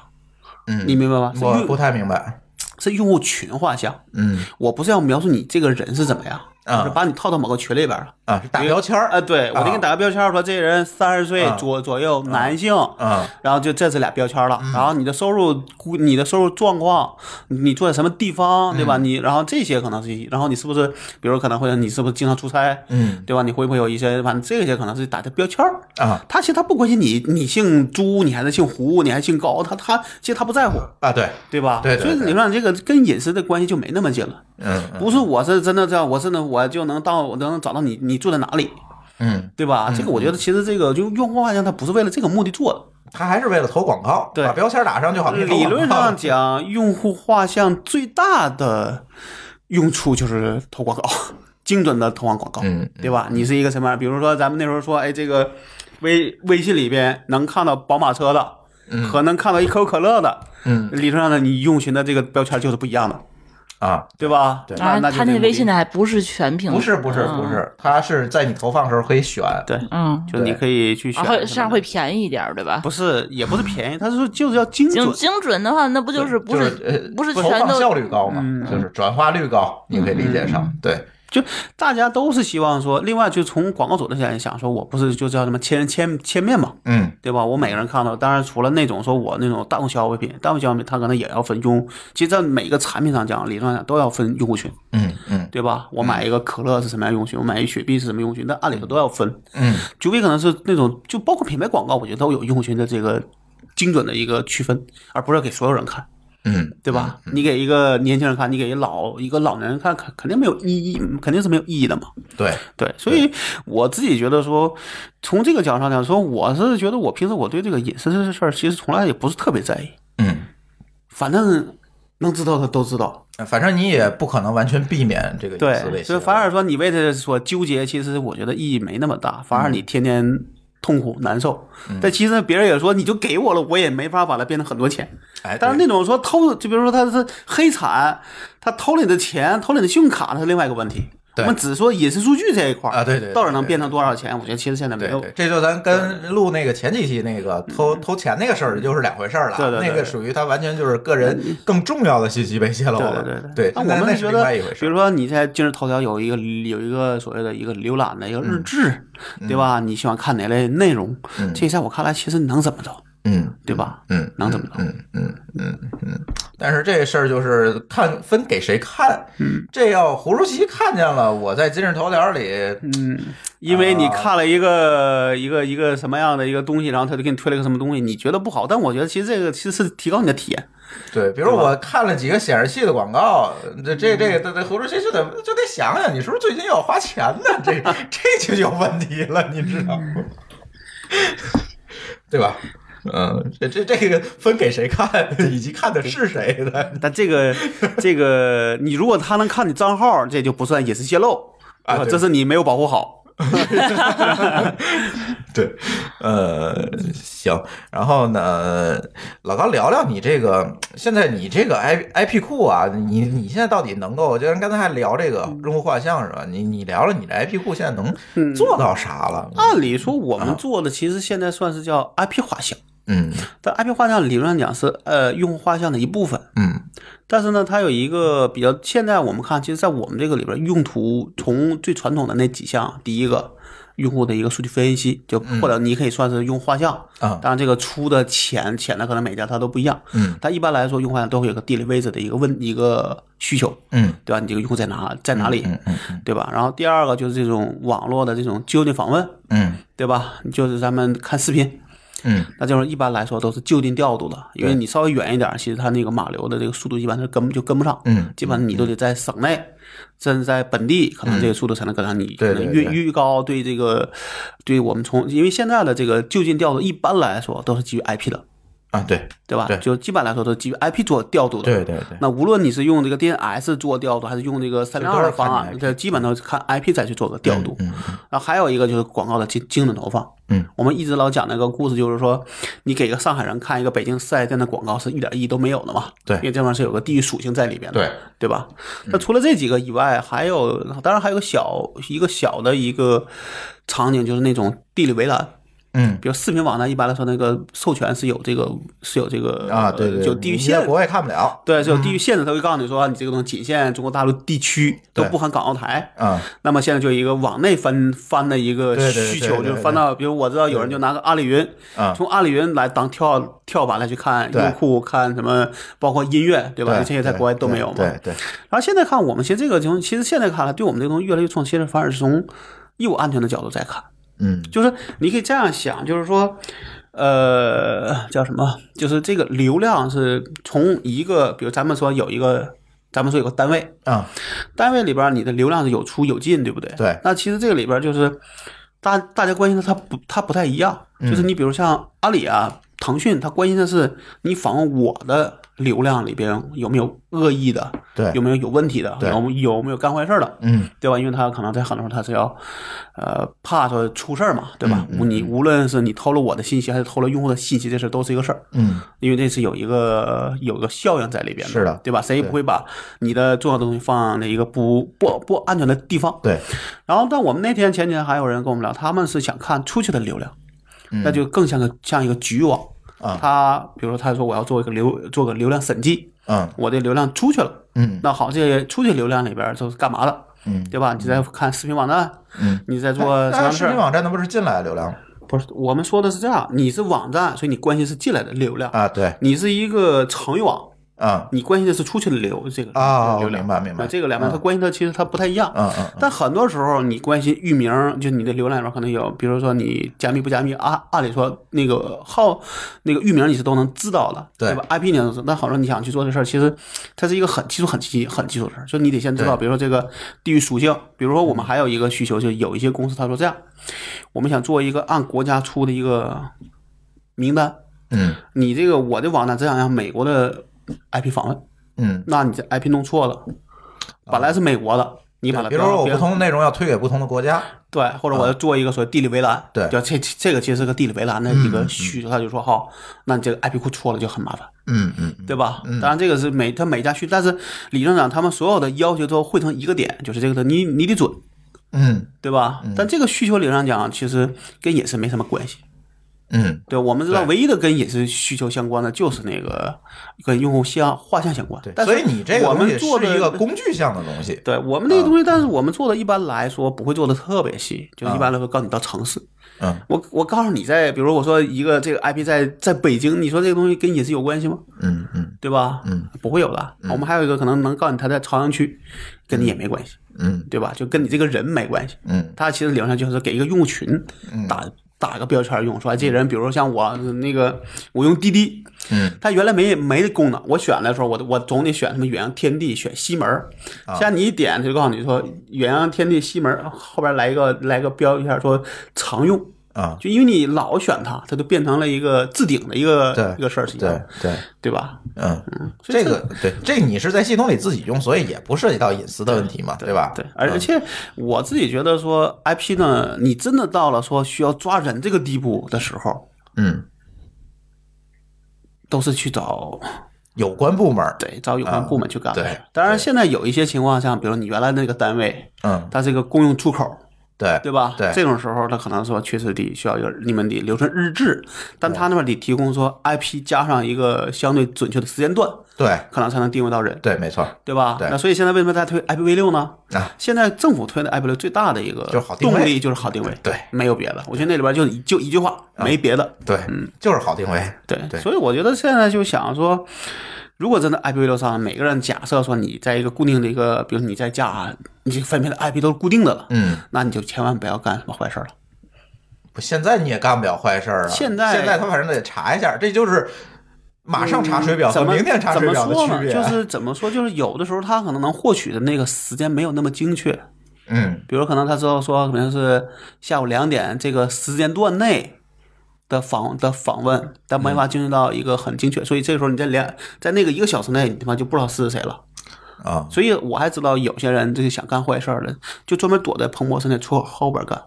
Speaker 3: 嗯，
Speaker 4: 你明白吗？是
Speaker 3: 我不
Speaker 4: 用
Speaker 3: 太明白，
Speaker 4: 是用户群画像，
Speaker 3: 嗯
Speaker 4: 我不是要描述你这个人是怎么样，
Speaker 3: 啊
Speaker 4: 就是把你套到某个群里边了。
Speaker 3: 啊，是打标签儿
Speaker 4: 啊，对，我就给你打个标签儿，说这人三十岁
Speaker 3: 啊
Speaker 4: 左左右，男性，
Speaker 3: 啊嗯
Speaker 4: 然后就这是俩标签了。然后你的收入估，你的收入状况，你住在什么地方，对
Speaker 3: 嗯
Speaker 4: 吧？你然后这些可能是一，然后你是不是，比如可能会你是不是经常出差，
Speaker 3: 嗯
Speaker 4: 对吧？你会不会有一些，反正这些可能是打的标签儿。
Speaker 3: 啊
Speaker 4: 他其实他不关心你，你姓朱，你还是姓胡，你还姓高，他他其实他不在乎，
Speaker 3: 啊，对，
Speaker 4: 对吧？
Speaker 3: 对对
Speaker 4: 所以
Speaker 3: 对
Speaker 4: 你说这个跟隐私的关系就没那么近了。
Speaker 3: 嗯嗯
Speaker 4: 不是，我是真的这样，我真的我就能到，我能找到你，你住在哪里，
Speaker 3: 嗯，
Speaker 4: 对吧？这个我觉得其实这个就用户画像，它不是为了这个目的做的。
Speaker 3: 他还是为了投广告，
Speaker 4: 对
Speaker 3: 把标签打上就好。你投
Speaker 4: 理论
Speaker 3: 广告 [LAUGHS]
Speaker 4: 上，讲，用户画像最大的用处就是投广告，精准的投放广告，
Speaker 3: 嗯
Speaker 4: 对吧？你是一个什么样？比如说咱们那时候说，哎，这个微微信里边能看到宝马车的。和能看到一可口可乐的，
Speaker 3: 嗯
Speaker 4: 理论上呢，你用群的这个标签就是不一样的，
Speaker 3: 啊，
Speaker 4: 对吧？
Speaker 3: 对
Speaker 4: 那
Speaker 5: 啊，
Speaker 4: 那就
Speaker 5: 他
Speaker 4: 这
Speaker 5: 那
Speaker 4: 个
Speaker 5: 微信
Speaker 4: 目
Speaker 5: 的还不是全屏，
Speaker 3: 不是不是
Speaker 5: 嗯
Speaker 3: 不，是，他是在你投放的时候可以选，
Speaker 4: 的，对，
Speaker 5: 嗯，
Speaker 4: 就你可以去选
Speaker 5: 然
Speaker 4: 什么的，
Speaker 5: 后这样会便宜一点儿，对吧？
Speaker 4: 不是，也不是便宜，他是说就是要精准
Speaker 5: 精，精准的话，那不就是不
Speaker 3: 就是呃
Speaker 5: 不是
Speaker 3: 投
Speaker 5: 全
Speaker 3: 放
Speaker 5: 都
Speaker 3: 效率高嘛，
Speaker 4: 嗯
Speaker 3: 就是转化率高，你可以理解上对。
Speaker 4: 就大家都是希望说，另外就从广告主的角度想说，我不是就叫什么千人千千面嘛，
Speaker 3: 嗯，
Speaker 4: 对吧？我每个人看到，当然除了那种说我那种大众消费品，大众消费品它可能也要分用，其实在每个产品上讲，理论上讲都要分用户群，
Speaker 3: 嗯嗯
Speaker 4: 对吧？我买一个可乐是什么样用户群，我买一雪碧是什么用户群，但按理说都要分，
Speaker 3: 嗯，
Speaker 4: 除非可能是那种就包括品牌广告，我觉得都有用户群的这个精准的一个区分，而不是给所有人看。
Speaker 3: 嗯，
Speaker 4: 对吧？你给一个年轻人看，你给一老一个老年人看，肯肯定没有意义，肯定是没有意义的嘛。
Speaker 3: 嗯对，
Speaker 4: 对，所以我自己觉得说，从这个角度上讲，说我是觉得我平时我对这个隐私这事儿，其实从来也不是特别在意，
Speaker 3: 嗯。
Speaker 4: 反正能知道的都知道。
Speaker 3: 反正你也不可能完全避免这个隐私类
Speaker 4: 对，
Speaker 3: 型
Speaker 4: 所以反而说你为这所纠结，其实我觉得意义没那么大，反而你天天痛苦难受。
Speaker 3: 嗯
Speaker 4: 但其实别人也说，你就给我了，我也没法把它变成很多钱。
Speaker 3: 哎，
Speaker 4: 但是
Speaker 3: 对
Speaker 4: 那种说偷，就比如说他是黑产，他偷了你的钱，偷了你的信用卡，那是另外一个问题。我
Speaker 3: 对
Speaker 4: 们只说隐私数据这一块儿
Speaker 3: 啊对对对
Speaker 4: 到底能变成多少钱？我觉得其实现在没
Speaker 3: 对
Speaker 4: 有。
Speaker 3: 对，这就咱跟录那个前几期那个偷偷钱那个事儿就是两回事儿了，
Speaker 4: 嗯对对对
Speaker 3: 那个属于他完全就是个人更重要的信息被泄露
Speaker 4: 对
Speaker 3: 了，
Speaker 4: 对对对
Speaker 3: 对，
Speaker 4: 那
Speaker 3: 那
Speaker 4: 我
Speaker 3: 那
Speaker 4: 们
Speaker 3: 是
Speaker 4: 觉
Speaker 3: 另外
Speaker 4: 得
Speaker 3: 一回，
Speaker 4: 比
Speaker 3: 事儿
Speaker 4: 如，说你在今日头条有一个有一个所谓的一个浏览的一个日志，
Speaker 3: 嗯
Speaker 4: 对吧？你喜欢看哪类内容？这在我看来，其实能怎么着，
Speaker 3: 嗯
Speaker 4: 对吧？
Speaker 3: 嗯
Speaker 4: 能怎么着？
Speaker 3: 嗯嗯嗯嗯，但是这事儿就是看分给谁看，嗯，这要胡主席看见了，我在今日头条里，
Speaker 4: 嗯因为你看了一个、一个一个什么样的一个东西，然后他就给你推了一个什么东西，你觉得不好，但我觉得其实这个其实是提高你的体验。
Speaker 3: 对，比如我看了几个显示器的广告，这这这这这胡主席就得就得想想，你是不是最近要花钱呢？这这就有问题了，你知道吗？ [LAUGHS] 对吧？嗯，这这这个分给谁看， [LAUGHS] 以及看的是谁的
Speaker 4: 但这个这个，你如果他能看你账号，这就不算隐私泄露
Speaker 3: 啊
Speaker 4: 对吧
Speaker 3: 对
Speaker 4: 这是你没有保护好。
Speaker 3: [LAUGHS] 对，呃，行，然后呢，老高聊聊你这个现在你这个 I I P 库啊，你你现在到底能够，就像刚才还聊这个
Speaker 4: 嗯
Speaker 3: 用户画像是吧？你你聊聊你的 I P 库现在能做到啥了？
Speaker 4: 按理说，我们做的其实现在算是叫 IP 画像，
Speaker 3: 嗯
Speaker 4: 但 IP 画像理论上讲是呃用户画像的一部分。
Speaker 3: 嗯
Speaker 4: 但是呢，它有一个比较，现在我们看，其实，在我们这个里边，用途从最传统的那几项，第一个用户的一个数据分析，就或者你可以算是用画像
Speaker 3: 啊
Speaker 4: 当然，这个出的浅浅的可能每家它都不一样，
Speaker 3: 嗯
Speaker 4: 但一般来说，用户画像都会有个地理位置的一个问一个需求，
Speaker 3: 嗯
Speaker 4: 对吧？你这个用户在哪在哪里，
Speaker 3: 嗯嗯
Speaker 4: 对吧？然后第二个就是这种网络的这种就近访问，
Speaker 3: 嗯
Speaker 4: 对吧？就是咱们看视频，
Speaker 3: 嗯
Speaker 4: 那就是一般来说都是就近调度的，因为
Speaker 3: 对
Speaker 4: 你稍微远一点，其实它那个码流的这个速度一般是跟就跟不上，
Speaker 3: 嗯
Speaker 4: 基本上你都得在省内，甚至在本地，可能这个速度才能跟上你。
Speaker 3: 嗯对对
Speaker 4: 越
Speaker 3: 对
Speaker 4: 越高对这个，对我们从因为现在的这个就近调度一般来说都是基于 IP 的，
Speaker 3: 啊，对
Speaker 4: 对吧？
Speaker 3: 对
Speaker 4: 就基本来说都基于 IP 做调度的。
Speaker 3: 对对对，
Speaker 4: 那无论你是用这个 DNS 做调度，还是用这个三零
Speaker 3: 都
Speaker 4: 二
Speaker 3: 是看
Speaker 4: 方案，
Speaker 3: IP
Speaker 4: 这基本都是看 IP 再去做的调度。
Speaker 3: 嗯嗯
Speaker 4: 然后还有一个就是广告的精精准投放。
Speaker 3: 嗯，
Speaker 4: 我们一直老讲那个故事，就是说你给个上海人看一个北京四 S 店的广告是一点意义都没有的嘛。
Speaker 3: 对
Speaker 4: 因为这玩意儿是有个地域属性在里边的。
Speaker 3: 对，嗯
Speaker 4: 对吧？那除了这几个以外，还有当然还有个小一个小的一个场景，就是那种地理围栏。
Speaker 3: 嗯
Speaker 4: 比如视频网站一般来说，那个授权是有这个是有这个
Speaker 3: 啊，对对，
Speaker 4: 就
Speaker 3: 对
Speaker 4: 地域
Speaker 3: 你
Speaker 4: 限
Speaker 3: 在国外嗯看不了
Speaker 4: 对，是有地域限制，它会告诉你说，你这个东西仅限中国大陆地区，都
Speaker 3: 对
Speaker 4: 不含港澳台。
Speaker 3: 啊，
Speaker 4: 那么现在就有一个往内翻翻的一个
Speaker 3: 对对对
Speaker 4: 需
Speaker 3: 对
Speaker 4: 求，
Speaker 3: 对
Speaker 4: 就
Speaker 3: 对
Speaker 4: 是翻到，比如我知道有人就拿个阿里云
Speaker 3: 嗯，
Speaker 4: 从阿里云来当跳跳板来去看
Speaker 3: 对
Speaker 4: 优酷，看什么，包括音乐，对吧？
Speaker 3: 对
Speaker 4: 这些在国外都没有嘛。
Speaker 3: 对对，对
Speaker 4: 然后现在看，我们其实这个从其实现在看来，对我们这个东西越来越创新了，反而是从业务安全的角度在看。
Speaker 3: 嗯，
Speaker 4: 就是你可以这样想，就是说，呃，叫什么？就是这个流量是从一个，比如咱们说有一个，咱们说有个单位，
Speaker 3: 啊，
Speaker 4: 单位里边你的流量是有出有进，对不对？
Speaker 3: 对
Speaker 4: 那其实这个里边就是大大家关心的，它不它不太一样。
Speaker 3: 嗯
Speaker 4: 就是你比如像阿里啊、腾讯，它关心的是你访问我的流量里边有没有恶意的，
Speaker 3: 对
Speaker 4: 有没有有问题的，
Speaker 3: 对
Speaker 4: 有有没有干坏事儿的，
Speaker 3: 嗯，
Speaker 4: 对吧？因为他可能在很多时候他是要，呃，怕说出事儿嘛，对吧？
Speaker 3: 嗯嗯
Speaker 4: 你无论是你偷了我的信息，还是偷了用户的信息，这事儿都是一个事儿，
Speaker 3: 嗯，
Speaker 4: 因为这是有一个有个效应在里边
Speaker 3: 是的
Speaker 4: 对吧？谁也
Speaker 3: 对
Speaker 4: 不会把你的重要的东西放在一个不不不安全的地方。
Speaker 3: 对，
Speaker 4: 然后，但我们那天前天还有人跟我们聊，他们是想看出去的流量，
Speaker 3: 嗯
Speaker 4: 那就更像个像一个局网。
Speaker 3: 啊
Speaker 4: 他比如说，他说我要做一个流做个流量审计，
Speaker 3: 嗯
Speaker 4: 我的流量出去了，
Speaker 3: 嗯
Speaker 4: 那好，这些出去流量里边都是干嘛的？
Speaker 3: 嗯
Speaker 4: 对吧？你在看视频网站，
Speaker 3: 嗯，
Speaker 4: 你在做什
Speaker 3: 那
Speaker 4: 么
Speaker 3: 视
Speaker 4: 事
Speaker 3: 频
Speaker 4: 儿？
Speaker 3: 网站那不是进来的流量吗
Speaker 4: 不是，我们说的是这样，你是网站，所以你关心是进来的流量；
Speaker 3: 啊？对，
Speaker 4: 你是一个成域网，
Speaker 3: 啊
Speaker 4: 你关心的是出去的流这个
Speaker 3: 啊
Speaker 4: 流量。
Speaker 3: 明白明白
Speaker 4: 那这个两
Speaker 3: 嗯
Speaker 4: 边它关心的其实它不太一样。
Speaker 3: 嗯嗯嗯
Speaker 4: 但很多时候，你关心域名，就你的流量里边可能有，比如说你加密不加密，按按理说那个号那个域名你是都能知道的，
Speaker 3: 对
Speaker 4: 吧？IP 你能知道，但好多你想去做这事儿，其实它是一个很技术、很基、很基础的事儿，就你得先知道，
Speaker 3: 对嗯
Speaker 4: 比如说这个地域属性，比如说我们还有一个需求，就有一些公司他说这样，我们想做一个按国家出的一个名单，
Speaker 3: 嗯
Speaker 4: 你这个我的网站只想让美国的 IP 访问，
Speaker 3: 嗯，
Speaker 4: 那你这 IP 弄错了，本来是美国的。你把它
Speaker 3: 比如说我
Speaker 4: 标
Speaker 3: 不同的内容要推给不同的国家，
Speaker 4: 对，或者我要做一个所谓地理围栏，
Speaker 3: 对
Speaker 4: 就这这个其实是个地理围栏的一个需求，他就说好，那你这个 IP 库错了就很麻烦，
Speaker 3: 嗯嗯
Speaker 4: 对吧？当然这个是每他每家需，但是理论上他们所有的要求都汇成一个点，就是这个的你你得准，
Speaker 3: 嗯
Speaker 4: 对吧？但这个需求理论上讲，其实跟隐私没什么关系。
Speaker 3: 嗯，
Speaker 4: 对，我们知道
Speaker 3: 对
Speaker 4: 唯一的跟隐私需求相关的就是那个跟用户像画像相关，
Speaker 3: 对，
Speaker 4: 但是
Speaker 3: 所以你这个
Speaker 4: 我
Speaker 3: 东
Speaker 4: 们
Speaker 3: 西
Speaker 4: 做的
Speaker 3: 是一个工具项的东西，
Speaker 4: 对我
Speaker 3: 啊
Speaker 4: 们那个东西，但是我们做的一般来说不会做的特别细，
Speaker 3: 啊
Speaker 4: 就是一般来说告诉你到城市。
Speaker 3: 嗯，
Speaker 4: 我我告诉你在，比如我说一个这个 IP 在在北京，你说这个东西跟隐私有关系吗？
Speaker 3: 嗯嗯
Speaker 4: 对吧？
Speaker 3: 嗯，
Speaker 4: 不会有的。我们还有一个可能能告诉你他在朝阳区，跟你也没关系，
Speaker 3: 嗯
Speaker 4: 对吧？就跟你这个人没关系。
Speaker 3: 嗯
Speaker 4: 他其实理论上就是给一个用户群打、打个标签用，说哎这人，比如说像我那个我用滴滴，
Speaker 3: 嗯，
Speaker 4: 他原来没没这功能，我选的时候我我总得选什么远洋天地，选西门儿
Speaker 3: 啊
Speaker 4: 现在你一点他就告诉你说远洋天地西门儿后边来一个来个标签说常用，
Speaker 3: 啊，
Speaker 4: 就因为你老选它，它就变成了一个置顶的一个
Speaker 3: 对
Speaker 4: 一个事儿是一
Speaker 3: 对
Speaker 4: 样，
Speaker 3: 对，
Speaker 4: 对吧？
Speaker 3: 嗯，这个对，这你是在系统里自己用，所以也不涉及到隐私的问题嘛，对吧？嗯
Speaker 4: 对，而而且我自己觉得说 IP 呢，你真的到了说需要抓人这个地步的时候，
Speaker 3: 嗯，
Speaker 4: 都是去找
Speaker 3: 有关部门，
Speaker 4: 对找有关部门去干的事儿。
Speaker 3: 啊对
Speaker 4: 当然，现在有一些情况下，比如你原来那个单位，
Speaker 3: 嗯，
Speaker 4: 它是一个公用出口，
Speaker 3: 对
Speaker 4: 对吧？
Speaker 3: 对，
Speaker 4: 这种时候，他可能说确实得需要一个你们得留成日志，但他那边得提供说 IP 加上一个相对准确的时间段，
Speaker 3: 对
Speaker 4: 可能才能定位到人。
Speaker 3: 对，没错，
Speaker 4: 对吧？
Speaker 3: 对
Speaker 4: 那所以现在为什么在推 IPv 六呢？
Speaker 3: 啊，
Speaker 4: 现在政府推的 IPv 六最大的一个
Speaker 3: 就是好定位
Speaker 4: 动力就是好定位，
Speaker 3: 对
Speaker 4: 没有别的。我觉得那里边就一就一句话，没别的。
Speaker 3: 对，
Speaker 4: 嗯
Speaker 3: 就是好定位，
Speaker 4: 对，
Speaker 3: 对
Speaker 4: 所以我觉得现在就想说，如果真的 IPv 六上，每个人假设说你在一个固定的一个，比如你在家，你这分配的 IP 都是固定的了，
Speaker 3: 嗯。
Speaker 4: 那你就千万不要干什么坏事儿了。
Speaker 3: 不，现在你也干不了坏事儿啊。
Speaker 4: 现在
Speaker 3: 现在他反正得查一下，这就是马上查水表和
Speaker 4: 嗯怎么
Speaker 3: 明天查
Speaker 4: 怎
Speaker 3: 水
Speaker 4: 么
Speaker 3: 表的
Speaker 4: 说
Speaker 3: 区
Speaker 4: 呢？
Speaker 3: 别。
Speaker 4: 就是怎么说，就是有的时候他可能能获取的那个时间没有那么精确，
Speaker 3: 嗯，
Speaker 4: 比如可能他知道说可能是下午两点这个时间段内，的访的访问，但没
Speaker 3: 嗯
Speaker 4: 法进入到一个很精确，所以这时候你在两在那个一个小时内，你他妈就不知道是谁了。
Speaker 3: 啊，
Speaker 4: 所以我还知道有些人就是想干坏事儿的，就专门躲在彭博森的窗后边干，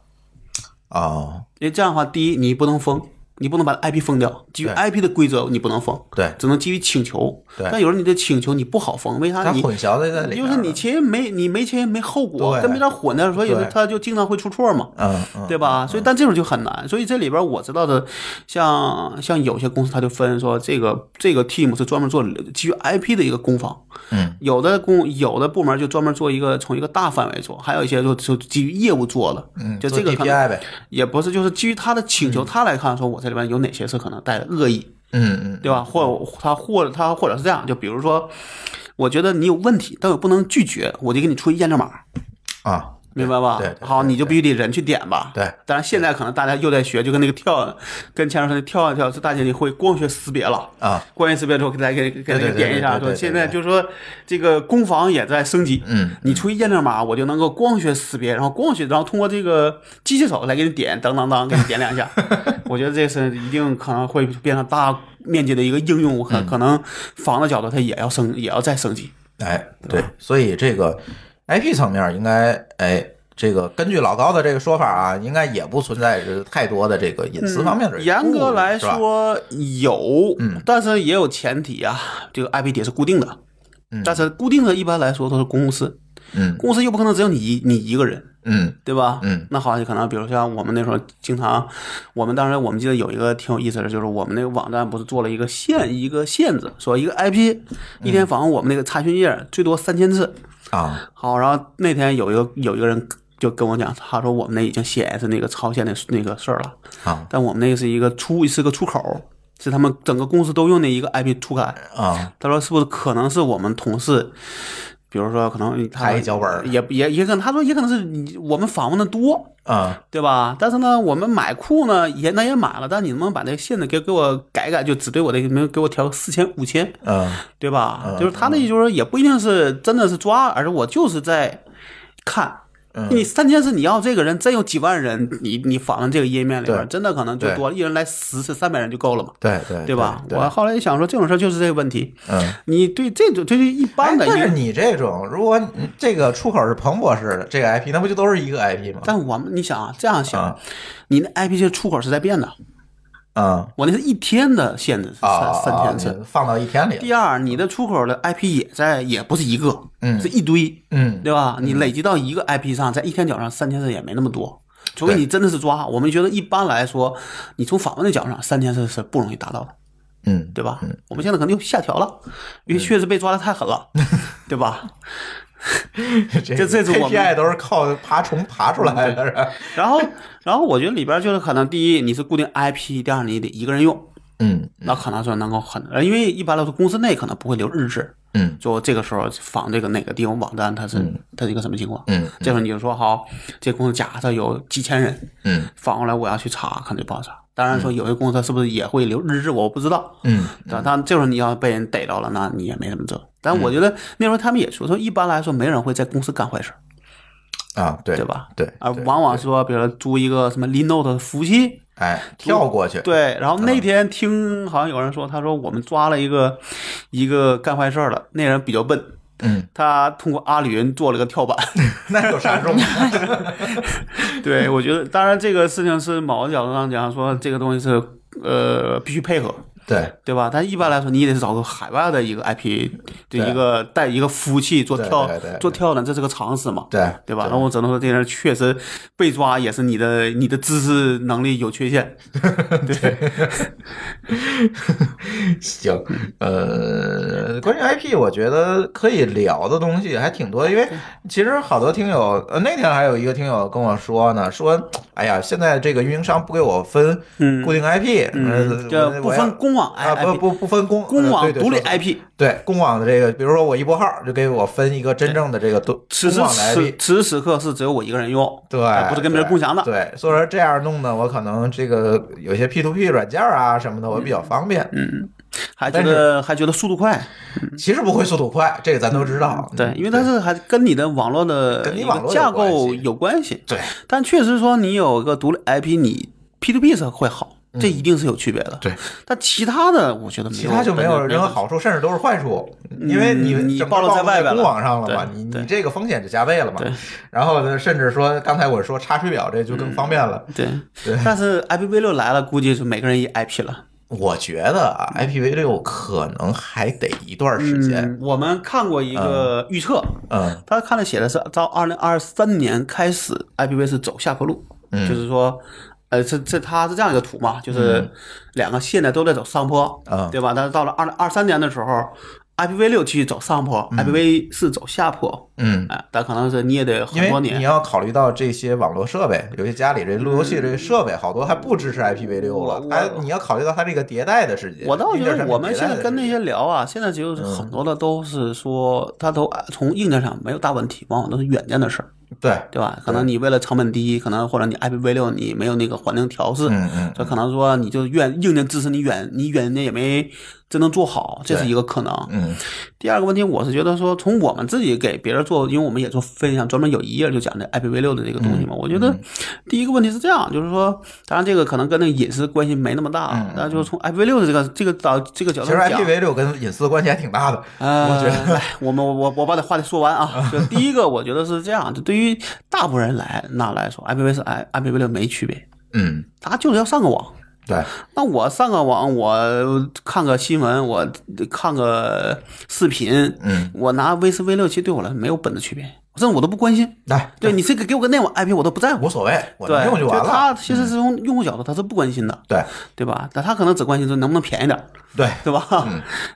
Speaker 3: 哦，
Speaker 4: 因为这样的话，第一你不能封，你不能把 IP 封掉，基于
Speaker 3: 对
Speaker 4: IP 的规则你不能封，
Speaker 3: 对
Speaker 4: 只能基于请求。
Speaker 3: 对
Speaker 4: 但有时候你的请求你不好封，为啥
Speaker 3: 他
Speaker 4: 你？
Speaker 3: 混淆在在里面
Speaker 4: 就
Speaker 3: 了，
Speaker 4: 是你钱没你没钱没后果，
Speaker 3: 对
Speaker 4: 跟没点混呢，所以有时候
Speaker 3: 对
Speaker 4: 他就经常会出错嘛。
Speaker 3: 嗯嗯，
Speaker 4: 对吧？所以但这种就很难。所以这里边我知道的，像像有些公司，它就分说这个这个 team 是专门做基于 IP 的一个攻防，
Speaker 3: 嗯，
Speaker 4: 有的公有的部门就专门做一个从一个大范围做，还有一些就就基于业务做的，
Speaker 3: 嗯，
Speaker 4: 就
Speaker 3: 做
Speaker 4: 这个可能
Speaker 3: DPI 呗，
Speaker 4: 也不是，就是基于他的请求，他来看说我这里边有哪些是可能带着恶意，
Speaker 3: 嗯嗯，
Speaker 4: 对吧？或者他或者他或者是这样，就比如说，我觉得你有问题，但我不能拒绝，我就给你出一验证码，
Speaker 3: 啊，
Speaker 4: 明白吧？
Speaker 3: 对对对
Speaker 4: 好，你就必
Speaker 3: 对
Speaker 4: 须得人去点吧。
Speaker 3: 对
Speaker 4: 当然现在可能大家又在学，就跟那个跳，跟前面说的跳啊跳，这大家就会光学识别了。
Speaker 3: 啊，
Speaker 4: 光学识别之后，给大家给给大
Speaker 3: 对
Speaker 4: 家
Speaker 3: 对对
Speaker 4: 点一下，
Speaker 3: 对对
Speaker 4: 说
Speaker 3: 对对
Speaker 4: 现在
Speaker 3: 对
Speaker 4: 就是说这个攻防也在升级。
Speaker 3: 嗯
Speaker 4: 你出一验证码，我就能够光学识别，然后光学，然后通过这个机械手来给你点，当当当，给你点两
Speaker 3: [LAUGHS]
Speaker 4: 下。我觉得这是一定可能会变成大面积的一个应用，
Speaker 3: 嗯
Speaker 4: 可可能防的角度它也要升，也要再升级。
Speaker 3: 哎，对，所以这个 IP 层面应该，哎，这个根据老高的这个说法啊，应该也不存在是太多的这个隐私嗯方面的、
Speaker 4: 嗯严格来，说有，
Speaker 3: 嗯
Speaker 4: 但是也有前提啊，这个 IP 点是固定的，
Speaker 3: 嗯
Speaker 4: 但是固定的一般来说都是公司，
Speaker 3: 嗯
Speaker 4: 公司又不可能只有你一你一个人，
Speaker 3: 嗯
Speaker 4: 对吧？
Speaker 3: 嗯
Speaker 4: 那好，可能比如像我们那时候经常，我们当时我们记得有一个挺有意思的，就是我们那个网站不是做了一个限一个限制，说一个 IP
Speaker 3: 嗯
Speaker 4: 一天访问我们那个查询页最多三千次，
Speaker 3: 啊
Speaker 4: 好，然后那天有一个有一个人就跟我讲，他说我们那已经显示那个超限的那个事儿了。
Speaker 3: 啊
Speaker 4: 但我们那个是一个出是个出口，是他们整个公司都用的一个 IP 出改。
Speaker 3: 啊，
Speaker 4: 他说是不是可能是我们同事，比如说可能他
Speaker 3: 他一脚本儿
Speaker 4: 也也也可能他说也可能是你我们访问的多，
Speaker 3: 啊
Speaker 4: 对吧？但是呢，我们买库呢也那也买了，但你能不能把那个限制给给我改改，就只对我的能给我调个四千五千，
Speaker 3: 啊
Speaker 4: 对吧？
Speaker 3: 嗯
Speaker 4: 就是他那意思就是说也不一定是真的是抓，而是我就是在看。你
Speaker 3: 嗯，
Speaker 4: 三千是你要这个人真有几万人，你你访问这个页面里边，
Speaker 3: 对
Speaker 4: 真的可能就
Speaker 3: 对
Speaker 4: 多了，一人来十次，三百人就够了嘛，
Speaker 3: 对对
Speaker 4: 对吧？
Speaker 3: 对，
Speaker 4: 我后来一想说，这种事儿就是这个问题，
Speaker 3: 嗯。
Speaker 4: 你对这种这是一般
Speaker 3: 哎，
Speaker 4: 的，
Speaker 3: 但是
Speaker 4: 因为
Speaker 3: 你这种，如果你这个出口是彭博式的这个 IP，那不就都是一个 IP 吗？
Speaker 4: 但我们你想啊，这样想
Speaker 3: 啊，
Speaker 4: 你那 IP 这出口是在变的，
Speaker 3: 嗯
Speaker 4: 我那是一天的限制，
Speaker 3: 啊
Speaker 4: 三，三千
Speaker 3: 啊
Speaker 4: 次。
Speaker 3: 放到一天里
Speaker 4: 第
Speaker 3: 了，
Speaker 4: 二，你的出口的 IP 也在，也不是一个，
Speaker 3: 嗯
Speaker 4: 是一堆，
Speaker 3: 嗯，
Speaker 4: 对吧？你累积到一个 IP 上，在一天角上三千次也没那么多，除非
Speaker 3: 对
Speaker 4: 你真的是抓。我们觉得一般来说，你从访问的角上，三千次是不容易达到的。
Speaker 3: 嗯，
Speaker 4: 对吧？我们现在可能又下调了，因为确实被抓的太狠了，
Speaker 3: 嗯
Speaker 4: 对吧？
Speaker 3: 这
Speaker 4: 这这是我们
Speaker 3: KPI 都是靠爬虫爬出来的，是吧
Speaker 4: 然后，然后我觉得里边就是可能第一你是固定 IP，第二你得一个人用，
Speaker 3: 嗯
Speaker 4: 那可能说能够很，呃因为一般来说公司内可能不会留日志，
Speaker 3: 嗯
Speaker 4: 就这个时候仿这个哪个地方网站它是、它是一个什么情况，
Speaker 3: 嗯
Speaker 4: 这时候你就说好，这公司假设有几千人，
Speaker 3: 嗯
Speaker 4: 反过来我要去查，可能就不好查。当然说有些公司它是不是也会留日志，我不知道。
Speaker 3: 嗯
Speaker 4: 但但这时候你要被人逮着了，那你也没什么辙。但
Speaker 3: 嗯
Speaker 4: 我觉得那时候他们也说，说一般来说没人会在公司干坏事儿，
Speaker 3: 啊，对
Speaker 4: 对吧？
Speaker 3: 对，
Speaker 4: 而
Speaker 3: 对
Speaker 4: 往往说，比如说租一个什么 Linode 服务器，
Speaker 3: 哎跳过去，
Speaker 4: 对。然后
Speaker 3: 嗯
Speaker 4: 那天听好像有人说，他说我们抓了一个一个干坏事儿的，那人比较笨，
Speaker 3: 嗯，
Speaker 4: 他通过阿里云做了个跳板。
Speaker 3: 那有啥用？
Speaker 4: [LAUGHS] 对，我觉得当然这个事情是某个角度上讲说，这个东西是呃必须配合，
Speaker 3: 对
Speaker 4: 对吧？但一般来说，你也得找个海外的一个 IP，就
Speaker 3: 对
Speaker 4: 一个带一个服务器做
Speaker 3: 对
Speaker 4: 跳
Speaker 3: 对对对
Speaker 4: 做跳呢，这是个常识嘛，
Speaker 3: 对
Speaker 4: 对吧？那我只能说，这人确实被抓也是你的你的知识能力有缺陷，
Speaker 3: 行，呃，关于 IP，我觉得可以聊的东西还挺多的，因为其实好多听友，呃，那天还有一个听友跟我说呢，说，哎呀，现在这个运营商不给我分
Speaker 4: 嗯
Speaker 3: 固定 IP，
Speaker 4: 嗯，
Speaker 3: 呃
Speaker 4: 这
Speaker 3: 我
Speaker 4: 不
Speaker 3: 我
Speaker 4: 分
Speaker 3: 要
Speaker 4: 公网 I
Speaker 3: 啊，不
Speaker 4: IP，
Speaker 3: 不不分公
Speaker 4: 公
Speaker 3: 呃
Speaker 4: 网
Speaker 3: 对对
Speaker 4: 独立
Speaker 3: 说错了
Speaker 4: IP。
Speaker 3: 对公网的这个，比如说我一拨号就给我分一个真正的这个公
Speaker 4: 此
Speaker 3: 公
Speaker 4: 时
Speaker 3: 网的
Speaker 4: 此
Speaker 3: IP，
Speaker 4: 此时此刻是只有我一个人用，
Speaker 3: 对
Speaker 4: 哎，不是跟别人共享的。
Speaker 3: 对，对所以说这样弄呢，我可能这个有些 P to P 软件啊什么的，我比
Speaker 4: 嗯
Speaker 3: 较方便。
Speaker 4: 还觉
Speaker 3: 但是
Speaker 4: 得还觉得速度快，
Speaker 3: 其实不会速度快，这个咱都知道。嗯
Speaker 4: 嗯对，因为它是还跟你的网络的
Speaker 3: 跟你
Speaker 4: 一
Speaker 3: 网
Speaker 4: 个
Speaker 3: 络有
Speaker 4: 架
Speaker 3: 关
Speaker 4: 构
Speaker 3: 系
Speaker 4: 有关系。
Speaker 3: 对
Speaker 4: 但确实说你有一个独立 IP，你 P to P 是会好，这一定是有区别的。
Speaker 3: 嗯对，
Speaker 4: 但其他的我觉得没有，
Speaker 3: 其他就没有任何
Speaker 4: 好。
Speaker 3: 好处，甚至都是坏处，因为你
Speaker 4: 你
Speaker 3: 整个
Speaker 4: 暴露在外边
Speaker 3: 公
Speaker 4: 了
Speaker 3: 网上了嘛，
Speaker 4: 对
Speaker 3: 你
Speaker 4: 对
Speaker 3: 你这个风险就加倍了嘛
Speaker 4: 对。
Speaker 3: 然后呢，甚至说刚才我说查水表这就更方便了。
Speaker 4: 对，
Speaker 3: 对
Speaker 4: 但是 IPv 六来了，估计是每个人一 IP 了。
Speaker 3: 我觉得啊，IPv 六可能还得一段时间。
Speaker 4: 嗯，我们看过一个预测，
Speaker 3: 嗯
Speaker 4: 他看的写的是到二零二三年开始，IPv 是走下坡路，
Speaker 3: 嗯
Speaker 4: 就是说，呃，这这它是这样一个图嘛，就是两个现在都在走上坡，
Speaker 3: 嗯
Speaker 4: 对吧？但是到了二零二三年的时候，IPv 六继续走上坡、i p v 是走下坡，
Speaker 3: 嗯，
Speaker 4: 哎、但可能是你也得
Speaker 3: 因
Speaker 4: 很多
Speaker 3: 为
Speaker 4: 年
Speaker 3: 你。要考虑到这些网络设备，有些家里这路由器这设备好多还不支持 IPv 六了
Speaker 4: 我，
Speaker 3: 它你要考虑到它这个迭代的时间。
Speaker 4: 我倒觉
Speaker 3: 硬件
Speaker 4: 得
Speaker 3: 产品
Speaker 4: 我们
Speaker 3: 迭
Speaker 4: 现
Speaker 3: 代的嗯
Speaker 4: 在跟那
Speaker 3: 时间
Speaker 4: 些聊啊，现在就是很多的都是说，它都哎从硬件上没有大问题，往往都是软件的事儿，
Speaker 3: 对，
Speaker 4: 对吧？可能你为了成本低，可能或者你 IPv 六你没有那个环境调试，
Speaker 3: 嗯嗯
Speaker 4: 这可能说你就愿硬件支持你远，你远件也没真能做好，这是一个可能。
Speaker 3: 嗯
Speaker 4: 第二个问题，我是觉得说，从我们自己给别人做，因为我们也做分享，专门有一页就讲这 IPv 六的这个东西
Speaker 3: 嗯
Speaker 4: 嘛。我觉得第一个问题是这样，就是说，当然这个可能跟那个隐私关系没那么大，
Speaker 3: 嗯嗯
Speaker 4: 但就是从 IPv 六的这个这个角这个角
Speaker 3: 其
Speaker 4: 度
Speaker 3: 实
Speaker 4: 上讲。
Speaker 3: IPv 六跟隐私关系还挺大的，
Speaker 4: 呃，
Speaker 3: 我觉得
Speaker 4: 来，我们我我我把这话得说
Speaker 3: [LAUGHS]
Speaker 4: 完啊。就第一个，我觉得是这样，就对于大部分人来那来说，IPv 是 I IPv 六没区别，
Speaker 3: 嗯，
Speaker 4: 他就是要上个网。
Speaker 3: 对，
Speaker 4: 那我上个网，我看个新闻，我看个视频，
Speaker 3: 嗯，
Speaker 4: 我拿 V 四 V 六，其实对我来说没有本质区别，甚至我都不关心。
Speaker 3: 来，
Speaker 4: 对你这个给我个内网 IP，我都不在乎
Speaker 3: 无。所谓，我
Speaker 4: 对，
Speaker 3: 能用就完
Speaker 4: 他
Speaker 3: 了。嗯
Speaker 4: 其实是从用户角度，他是不关心的，
Speaker 3: 对
Speaker 4: 对吧？但他可能只关心说能不能便宜点儿，
Speaker 3: 嗯对，
Speaker 4: 对吧？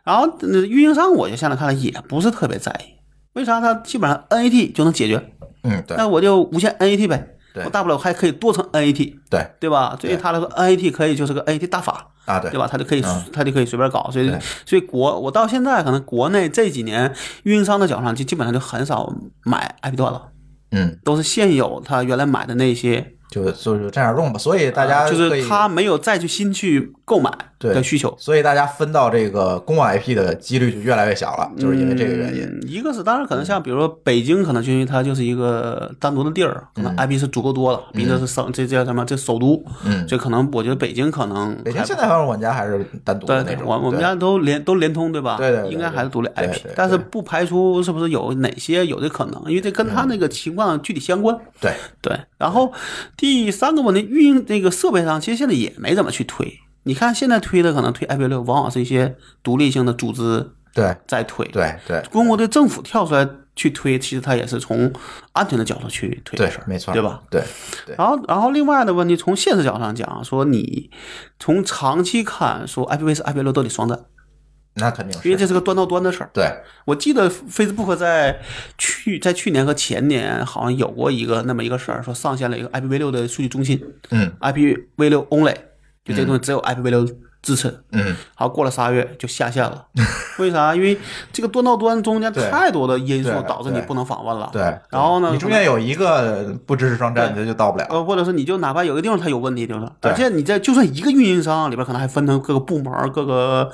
Speaker 4: 然后呃运营商，我就现在看来也不是特别在意，为啥？他基本上 NAT 就能解决，
Speaker 3: 嗯对
Speaker 4: 那我就无限 NAT 呗，
Speaker 3: 对
Speaker 4: 我大不了还可以多层 NAT，
Speaker 3: 对
Speaker 4: 对吧？对于
Speaker 3: 对
Speaker 4: 他来说，NAT 可以就是个 NAT 大法，
Speaker 3: 啊对
Speaker 4: 对吧？他就可以、
Speaker 3: 嗯
Speaker 4: 他就可以随便搞，所以
Speaker 3: 对
Speaker 4: 所以国我到现在可能国内这几年运营商的角上就基本上就很少买 IP 段了，
Speaker 3: 嗯，
Speaker 4: 都是现有他原来买的那些，
Speaker 3: 就就就这样用吧。所以大家
Speaker 4: 呃就
Speaker 3: 可以
Speaker 4: 是他，没有再去新去购买
Speaker 3: 对
Speaker 4: 的需求。
Speaker 3: 所以大家分到这个公网 IP 的几率就越来越小了，就是因为这个原因。
Speaker 4: 嗯，一个是当然可能像比如说北京，可能就因为它就是一个单独的地儿，可能 IP 是足够多了，毕竟是省这这叫什么这首都，
Speaker 3: 嗯
Speaker 4: 这可能我觉得北京可能
Speaker 3: 北京
Speaker 4: 还
Speaker 3: 现在反正玩家还是单独的那
Speaker 4: 对，
Speaker 3: 种，
Speaker 4: 我我们家都联都联通对吧？
Speaker 3: 对对对
Speaker 4: 应该还是独立
Speaker 3: 对对
Speaker 4: IP，
Speaker 3: 对
Speaker 4: 但是不排除是不是有哪些有这可能，因为这跟他那个情况具体相关。
Speaker 3: 嗯对
Speaker 4: 对，然后第三个问题，运营这个设备上其实现在也没怎么去推。你看现在推的可能推 IP 六，往往是一些独立性的组织
Speaker 3: 对
Speaker 4: 在推。，
Speaker 3: 对对
Speaker 4: 中国的政府跳出来去推，其实它也是从安全的角度去推
Speaker 3: 对
Speaker 4: 的事儿，
Speaker 3: 没错，
Speaker 4: 对吧？？
Speaker 3: 对，
Speaker 4: 然后，然后另外的问题，从现实角度上讲，说你从长期看，说 IPv 四、IPv 六都得双战，
Speaker 3: 那肯定是
Speaker 4: 因为这是个端到端的事儿。
Speaker 3: 对，
Speaker 4: 我记得 Facebook 在去在去年和前年好像有过一个那么一个事儿，说上线了一个 IPv 六的数据中心
Speaker 3: 嗯
Speaker 4: ，IPv 六 only，就这个东西只有 IPv 六支持。
Speaker 3: 嗯，
Speaker 4: 好，过了仨月就下线了，为啥？因为这个端到端中间
Speaker 3: 对
Speaker 4: 太多的因素
Speaker 3: 对
Speaker 4: 导致你不能访问了。
Speaker 3: 对。
Speaker 4: 然后呢？
Speaker 3: 你中间有一个不支持双站，你这就到不了。
Speaker 4: 呃，或者是你就哪怕有个地方它有问题，对吧？
Speaker 3: 对
Speaker 4: 而且你在就算一个运营商里边，可能还分成各个部门儿、各个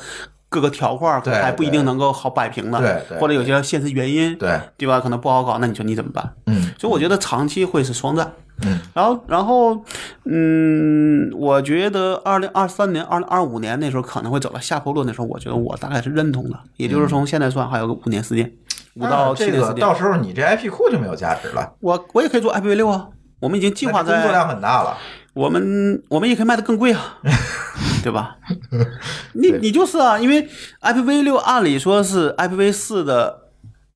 Speaker 4: 各个条块儿，可能
Speaker 3: 对
Speaker 4: 还不一定能够好摆平的。
Speaker 3: 对对
Speaker 4: 或者有些现实原因，
Speaker 3: 对
Speaker 4: 对吧？可能不好搞，那你说你怎么办？
Speaker 3: 嗯
Speaker 4: 所以我觉得长期会是双战。
Speaker 3: 嗯，
Speaker 4: 然后，然后，嗯，我觉得二零二三年、二零二五年那时候可能会走到下坡路，那时候我觉得我大概是认同的，也就是从现在算还有个五年时间，五到
Speaker 3: 那
Speaker 4: 七
Speaker 3: 嗯啊这
Speaker 4: 年时
Speaker 3: 个
Speaker 4: 间。
Speaker 3: 到时候你这 IP 库就没有价值了，
Speaker 4: 我我也可以做 IPv 六啊，我们已经计划
Speaker 3: 那这
Speaker 4: 在啊
Speaker 3: 工作量很大了。
Speaker 4: 我们我们也可以卖的更
Speaker 3: [LAUGHS]
Speaker 4: 贵啊，对吧？你你就是啊，因为 IPv 六按理说是 IPv 四的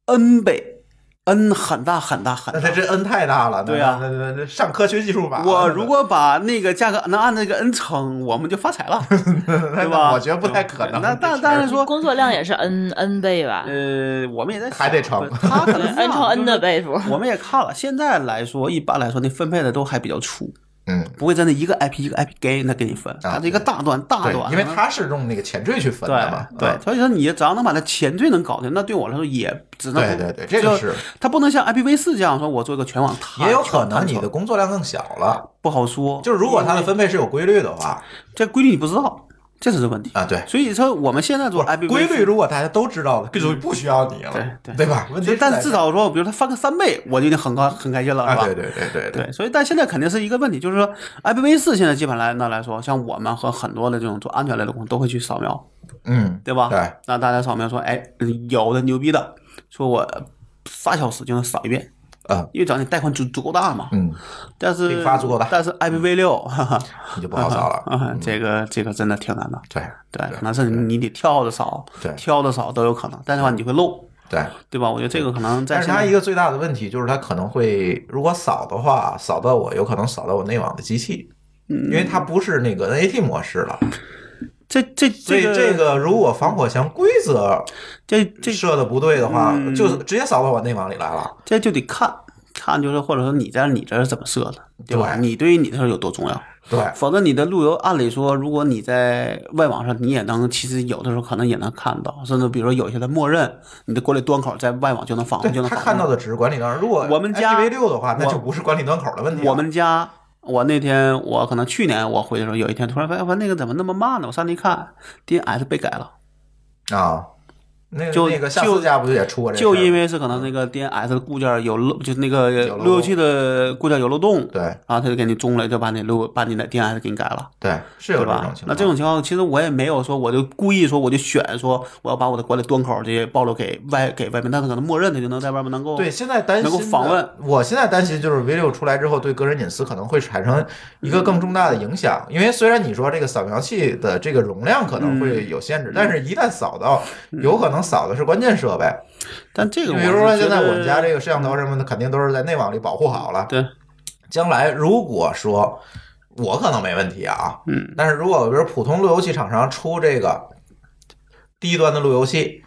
Speaker 4: N 倍，N 很大很大很
Speaker 3: 那
Speaker 4: 大
Speaker 3: 他。这 N 太大了，那
Speaker 4: 对啊
Speaker 3: 那那那那上科学技术法了。
Speaker 4: 我如果把那个价格能按那个 N 乘，我们就发
Speaker 3: [LAUGHS]
Speaker 4: 财了，对吧？
Speaker 3: 我觉得不太可能
Speaker 4: 那
Speaker 3: 这事
Speaker 4: 但
Speaker 3: 儿
Speaker 4: 但是说，
Speaker 5: 工作量也是 n n 倍吧，
Speaker 4: 呃，我们也在想
Speaker 3: 还得乘
Speaker 4: 他可
Speaker 5: 对 [LAUGHS]
Speaker 4: 能是这
Speaker 5: ，n
Speaker 4: 样
Speaker 5: 乘 n 的。倍数
Speaker 4: 就。是我们也看了，现在来说，一般来说，那分配的都还比较粗，
Speaker 3: 嗯，
Speaker 4: 不会真的一个 IP 一个 IP 给那给你分，它是一个大段大
Speaker 3: 啊对，
Speaker 4: 段，啊
Speaker 3: 因为它是用那个前缀去分的嘛。
Speaker 4: 对
Speaker 3: 嗯
Speaker 4: 对，所以说你只要能把它前缀能搞定，那对我来说也只能
Speaker 3: 对对对这个
Speaker 4: 就是它不能像 IPv 四这样说，我做一个全网探
Speaker 3: 也有可能你
Speaker 4: 探
Speaker 3: 的
Speaker 4: 索
Speaker 3: 工作量更小了。
Speaker 4: 不好说，
Speaker 3: 就是如果它的分配是有规律的话，
Speaker 4: 这规律你不知道，这才是问题
Speaker 3: 啊对
Speaker 4: 所以说我们现在做 IPv4
Speaker 3: 规律如果大家都知道了，就不需要你了，
Speaker 4: 对
Speaker 3: 对吧？问题是
Speaker 4: 但
Speaker 3: 在
Speaker 4: 是至少说，比如他翻个三倍，我就已经很高很开心了，
Speaker 3: 啊
Speaker 4: 是，吧？
Speaker 3: 对对对对
Speaker 4: 对，所以但现在肯定是一个问题，就是说 IPv 四现在基本来那来说，像我们和很多的这种做安全类的公司都会去扫描，
Speaker 3: 嗯，
Speaker 4: 对吧？
Speaker 3: 对。
Speaker 4: 那大家扫描说，哎，有的牛逼的，说我仨小时就能扫一遍，
Speaker 3: 啊，
Speaker 4: 因为只要你贷款足足够大嘛。
Speaker 3: 嗯，
Speaker 4: 但是
Speaker 3: 并发足够大
Speaker 4: 但是 IPv 六，哈哈，
Speaker 3: 你就不好扫了。
Speaker 4: [LAUGHS]
Speaker 3: 嗯
Speaker 4: 啊，这个这个真的挺难的。
Speaker 3: 对
Speaker 4: 对，
Speaker 3: 对
Speaker 4: 可能是你得跳着扫，
Speaker 3: 对嗯
Speaker 4: 挑着扫都有可能，但是的话你会漏，
Speaker 3: 对，
Speaker 4: 对吧？我觉得这个可能在
Speaker 3: 但是
Speaker 4: 现
Speaker 3: 它
Speaker 4: 在
Speaker 3: 一个最大的问题就是它可能会，如果扫的话，扫到我有可能扫到我内网的机器，
Speaker 4: 嗯
Speaker 3: 因为它不是那个 NAT 模式了。
Speaker 4: 这这
Speaker 3: 所以
Speaker 4: 个
Speaker 3: 这个如果防火墙规则
Speaker 4: 这这
Speaker 3: 设的不对的话，
Speaker 4: 嗯
Speaker 3: 就直接扫到我内网里来了。
Speaker 4: 这就得看看，就是或者说你在你这儿怎么设的，对吧？
Speaker 3: 对
Speaker 4: 你对于你这儿有多重要？
Speaker 3: 对，
Speaker 4: 否则你的路由，按理说，如果你在外网上，你也能，其实有的时候可能也能看到，甚至比如说有些它默认你的过滤端口在外网就能访，就
Speaker 3: 对
Speaker 4: 能
Speaker 3: 他
Speaker 4: 访问
Speaker 3: 看到的只是管理端。如果
Speaker 4: 我们家
Speaker 3: IPv 六的话，那
Speaker 4: 我
Speaker 3: 就不是管理端口的问题啊了。
Speaker 4: 我们家，我那天我可能去年我回的时候，有一天突然发现，哎我那个怎么那么慢呢？我上去一看，DNS 被改了，
Speaker 3: 啊，那个
Speaker 4: 就
Speaker 3: 那个夏
Speaker 4: 就
Speaker 3: 思家不就也出过这事儿
Speaker 4: 就
Speaker 3: 吗？
Speaker 4: 因为是可能那个 DNS 的固件有漏，就是那个
Speaker 3: 嗯漏洞
Speaker 4: 路由器的固件有漏洞，
Speaker 3: 对
Speaker 4: 然后他就给你中了，就把你路把你的 DNS 给你改了。
Speaker 3: 对是有这种
Speaker 4: 对吧
Speaker 3: 情？况。
Speaker 4: 那这种情况，其实我也没有说，我就故意说，我就选说我要把我的管理端口这些暴露给外给外面，但是可能默认的就能在外面能够
Speaker 3: 对，现在担心
Speaker 4: 能够
Speaker 3: 的
Speaker 4: 访问。
Speaker 3: 我现在担心就是 V 六出来之后，对个人隐私可能会产生一
Speaker 4: 嗯
Speaker 3: 个更重大的影响。因为虽然你说这个扫描器的这个容量可能
Speaker 4: 嗯
Speaker 3: 会有限制，但是一旦扫到，有可能扫的是关键设备。
Speaker 4: 但嗯这个我
Speaker 3: 比
Speaker 4: 是觉
Speaker 3: 如说
Speaker 4: 得，
Speaker 3: 现在我们家这个摄像头什么的，肯定都是在内网里保护好了。
Speaker 4: 对，
Speaker 3: 将来如果说我可能没问题啊，
Speaker 4: 嗯，
Speaker 3: 但是如果比如普通路由器厂商出这个低端的路由器，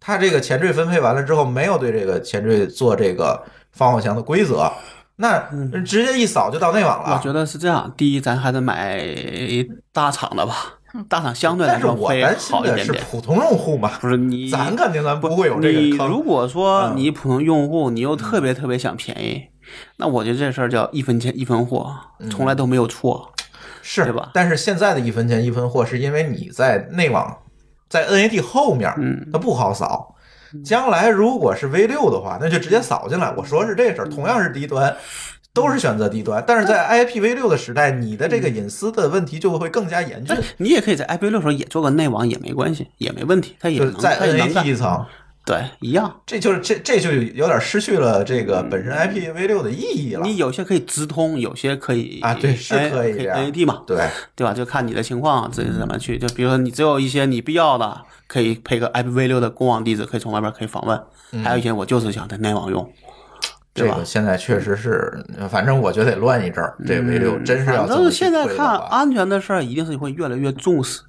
Speaker 3: 它这个前缀分配完了之后，没有对这个前缀做这个防火墙的规则，那直接一扫就到内网
Speaker 4: 我
Speaker 3: 了。
Speaker 4: 觉得是这样。第一，咱还得买大厂的吧，大厂相对来
Speaker 3: 但是
Speaker 4: 说
Speaker 3: 我
Speaker 4: 会
Speaker 3: 担心
Speaker 4: 好一
Speaker 3: 的
Speaker 4: 点
Speaker 3: 是
Speaker 4: 点。
Speaker 3: 普通用户嘛，
Speaker 4: 不是你，
Speaker 3: 咱肯定咱
Speaker 4: 不
Speaker 3: 不会有这
Speaker 4: 你
Speaker 3: 个
Speaker 4: 如
Speaker 3: 坑。
Speaker 4: 果说
Speaker 3: 嗯
Speaker 4: 你普通用户，你又特别特别想便宜，那我觉得这事儿叫一分钱一分货，
Speaker 3: 嗯
Speaker 4: 从来都没有错。
Speaker 3: 是
Speaker 4: 对吧
Speaker 3: 但是现在的一分钱一分货，是因为你在内网，在 NAT 后面，
Speaker 4: 嗯
Speaker 3: 它不好扫。将来如果是 V 六的话，那就直接扫进来。我说是
Speaker 4: 嗯
Speaker 3: 这事儿，同样是低端，都是选择低端，但是在 IPv 六的时代，你的这个隐私的问题就会更加严峻
Speaker 4: 但，你也可以在 IPv 六时候也做个内网，也没关系，也没问题，它也
Speaker 3: 就是
Speaker 4: 能
Speaker 3: 在
Speaker 4: 它也能
Speaker 3: NAT
Speaker 4: 干
Speaker 3: 一层，
Speaker 4: 对，一样。
Speaker 3: 这就是这这就有点失去了这
Speaker 4: 嗯
Speaker 3: 个本身 IPv 六的意义了。
Speaker 4: 你有些可以直通，有些可以
Speaker 3: 啊，对，是
Speaker 4: 哎
Speaker 3: 可
Speaker 4: 可
Speaker 3: 以这样
Speaker 4: NAT 嘛，
Speaker 3: 对，
Speaker 4: 对吧？就看你的情况，这是怎么去。就比如说，你只有一些你必要的，可以配个 IPv 六的公网地址，可以从外边可以访问；
Speaker 3: 嗯
Speaker 4: 还有一些我就是想在内网用，
Speaker 3: 这
Speaker 4: 对吧
Speaker 3: 个？现在确实是，反正我觉得得乱一阵儿。这 V 六真是要
Speaker 4: 嗯反
Speaker 3: 这么
Speaker 4: 正
Speaker 3: 去
Speaker 4: 现在
Speaker 3: 推的啊
Speaker 4: 看啊
Speaker 3: 话
Speaker 4: 安全的事儿，一定是会越来越重视，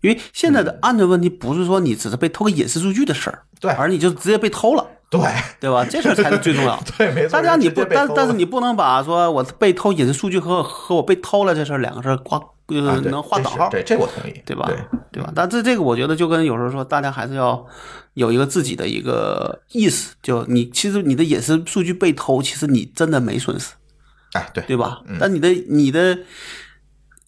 Speaker 4: 因为现在的安全问题不是说你只是被偷个隐私数据的事儿，
Speaker 3: 嗯对
Speaker 4: 而你就直接被偷了，
Speaker 3: 对
Speaker 4: 对
Speaker 3: [LAUGHS]
Speaker 4: 吧？这事儿才是最重要。
Speaker 3: 对，没错。
Speaker 4: 大家你不，
Speaker 3: 人直接被
Speaker 4: 但
Speaker 3: 偷了
Speaker 4: 但是你不能把说我被偷隐私数据和和我被偷了这事儿两个事儿挂，就
Speaker 3: 啊
Speaker 4: 是
Speaker 3: 对
Speaker 4: 能画
Speaker 3: 这
Speaker 4: 等
Speaker 3: 是
Speaker 4: 号。
Speaker 3: 这这我同意，
Speaker 4: 对吧？
Speaker 3: 对，
Speaker 4: 吧？但这这个我觉得就跟有时候说，大家还是要有一个自己的一个意识，就你其实你的隐私数据被偷，其实你真的没损失，
Speaker 3: 哎，对
Speaker 4: 对吧？
Speaker 3: 嗯
Speaker 4: 但你的你的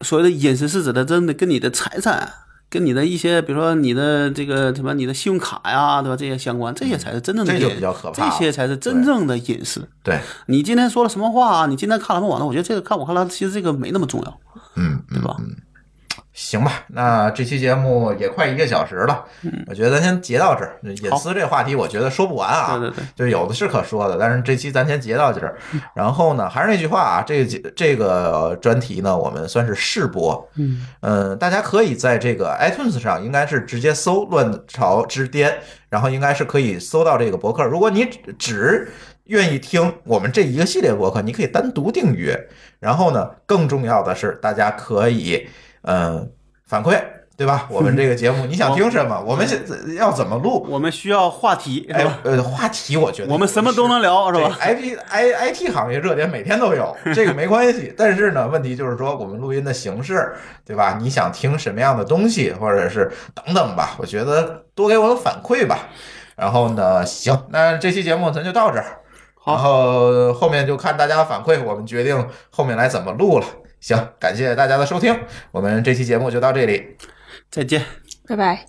Speaker 4: 所谓的隐私是指的真的跟你的财产。跟你的一些，比如说你的这个什么，你的信用卡呀，对吧？这些相关，这些才是真正的
Speaker 3: 嗯这
Speaker 4: 隐，
Speaker 3: 就比较可怕了
Speaker 4: 这些才是真正的隐私。
Speaker 3: 对，
Speaker 4: 你今天说了什么话啊？你今天看了什么网络？我觉得这个看我看来，其实这个没那么重要，
Speaker 3: 嗯，
Speaker 4: 对吧？
Speaker 3: 行吧。那这期节目也快一个小时了，
Speaker 4: 嗯
Speaker 3: 我觉得咱先截到这儿。隐私这话题，我觉得说不完啊，
Speaker 4: 对对对，
Speaker 3: 就有的是可说的。但是这期咱先截到这儿。然后呢，还是那句话啊，这个节这个专题呢，我们算是试播，
Speaker 4: 嗯
Speaker 3: 嗯，大家可以在这个 iTunes 上，应该是直接搜“乱潮之巅”，然后应该是可以搜到这个博客。如果你只只愿意听我们这一个系列博客，你可以单独订阅。然后呢，更重要的是，大家可以嗯反馈，对吧？我们这个节目你想听什么？我们现在要怎么录？
Speaker 4: 我们需要话题，是
Speaker 3: 哎
Speaker 4: 吧？，
Speaker 3: 呃，话题我觉得
Speaker 4: 我们什么都能聊，是
Speaker 3: 对
Speaker 4: 吧？
Speaker 3: I P I I T 行业热点每天都有，这个没关系。但是呢，问题就是说我们录音的形式，对吧？你想听什么样的东西，或者是等等吧？我觉得多给我反馈吧。然后呢，行，那这期节目咱就到这儿。
Speaker 4: 好
Speaker 3: 然后后面就看大家的反馈，我们决定后面来怎么录了。行，感谢大家的收听，我们这期节目就到这里，
Speaker 6: 再见。
Speaker 4: 拜拜。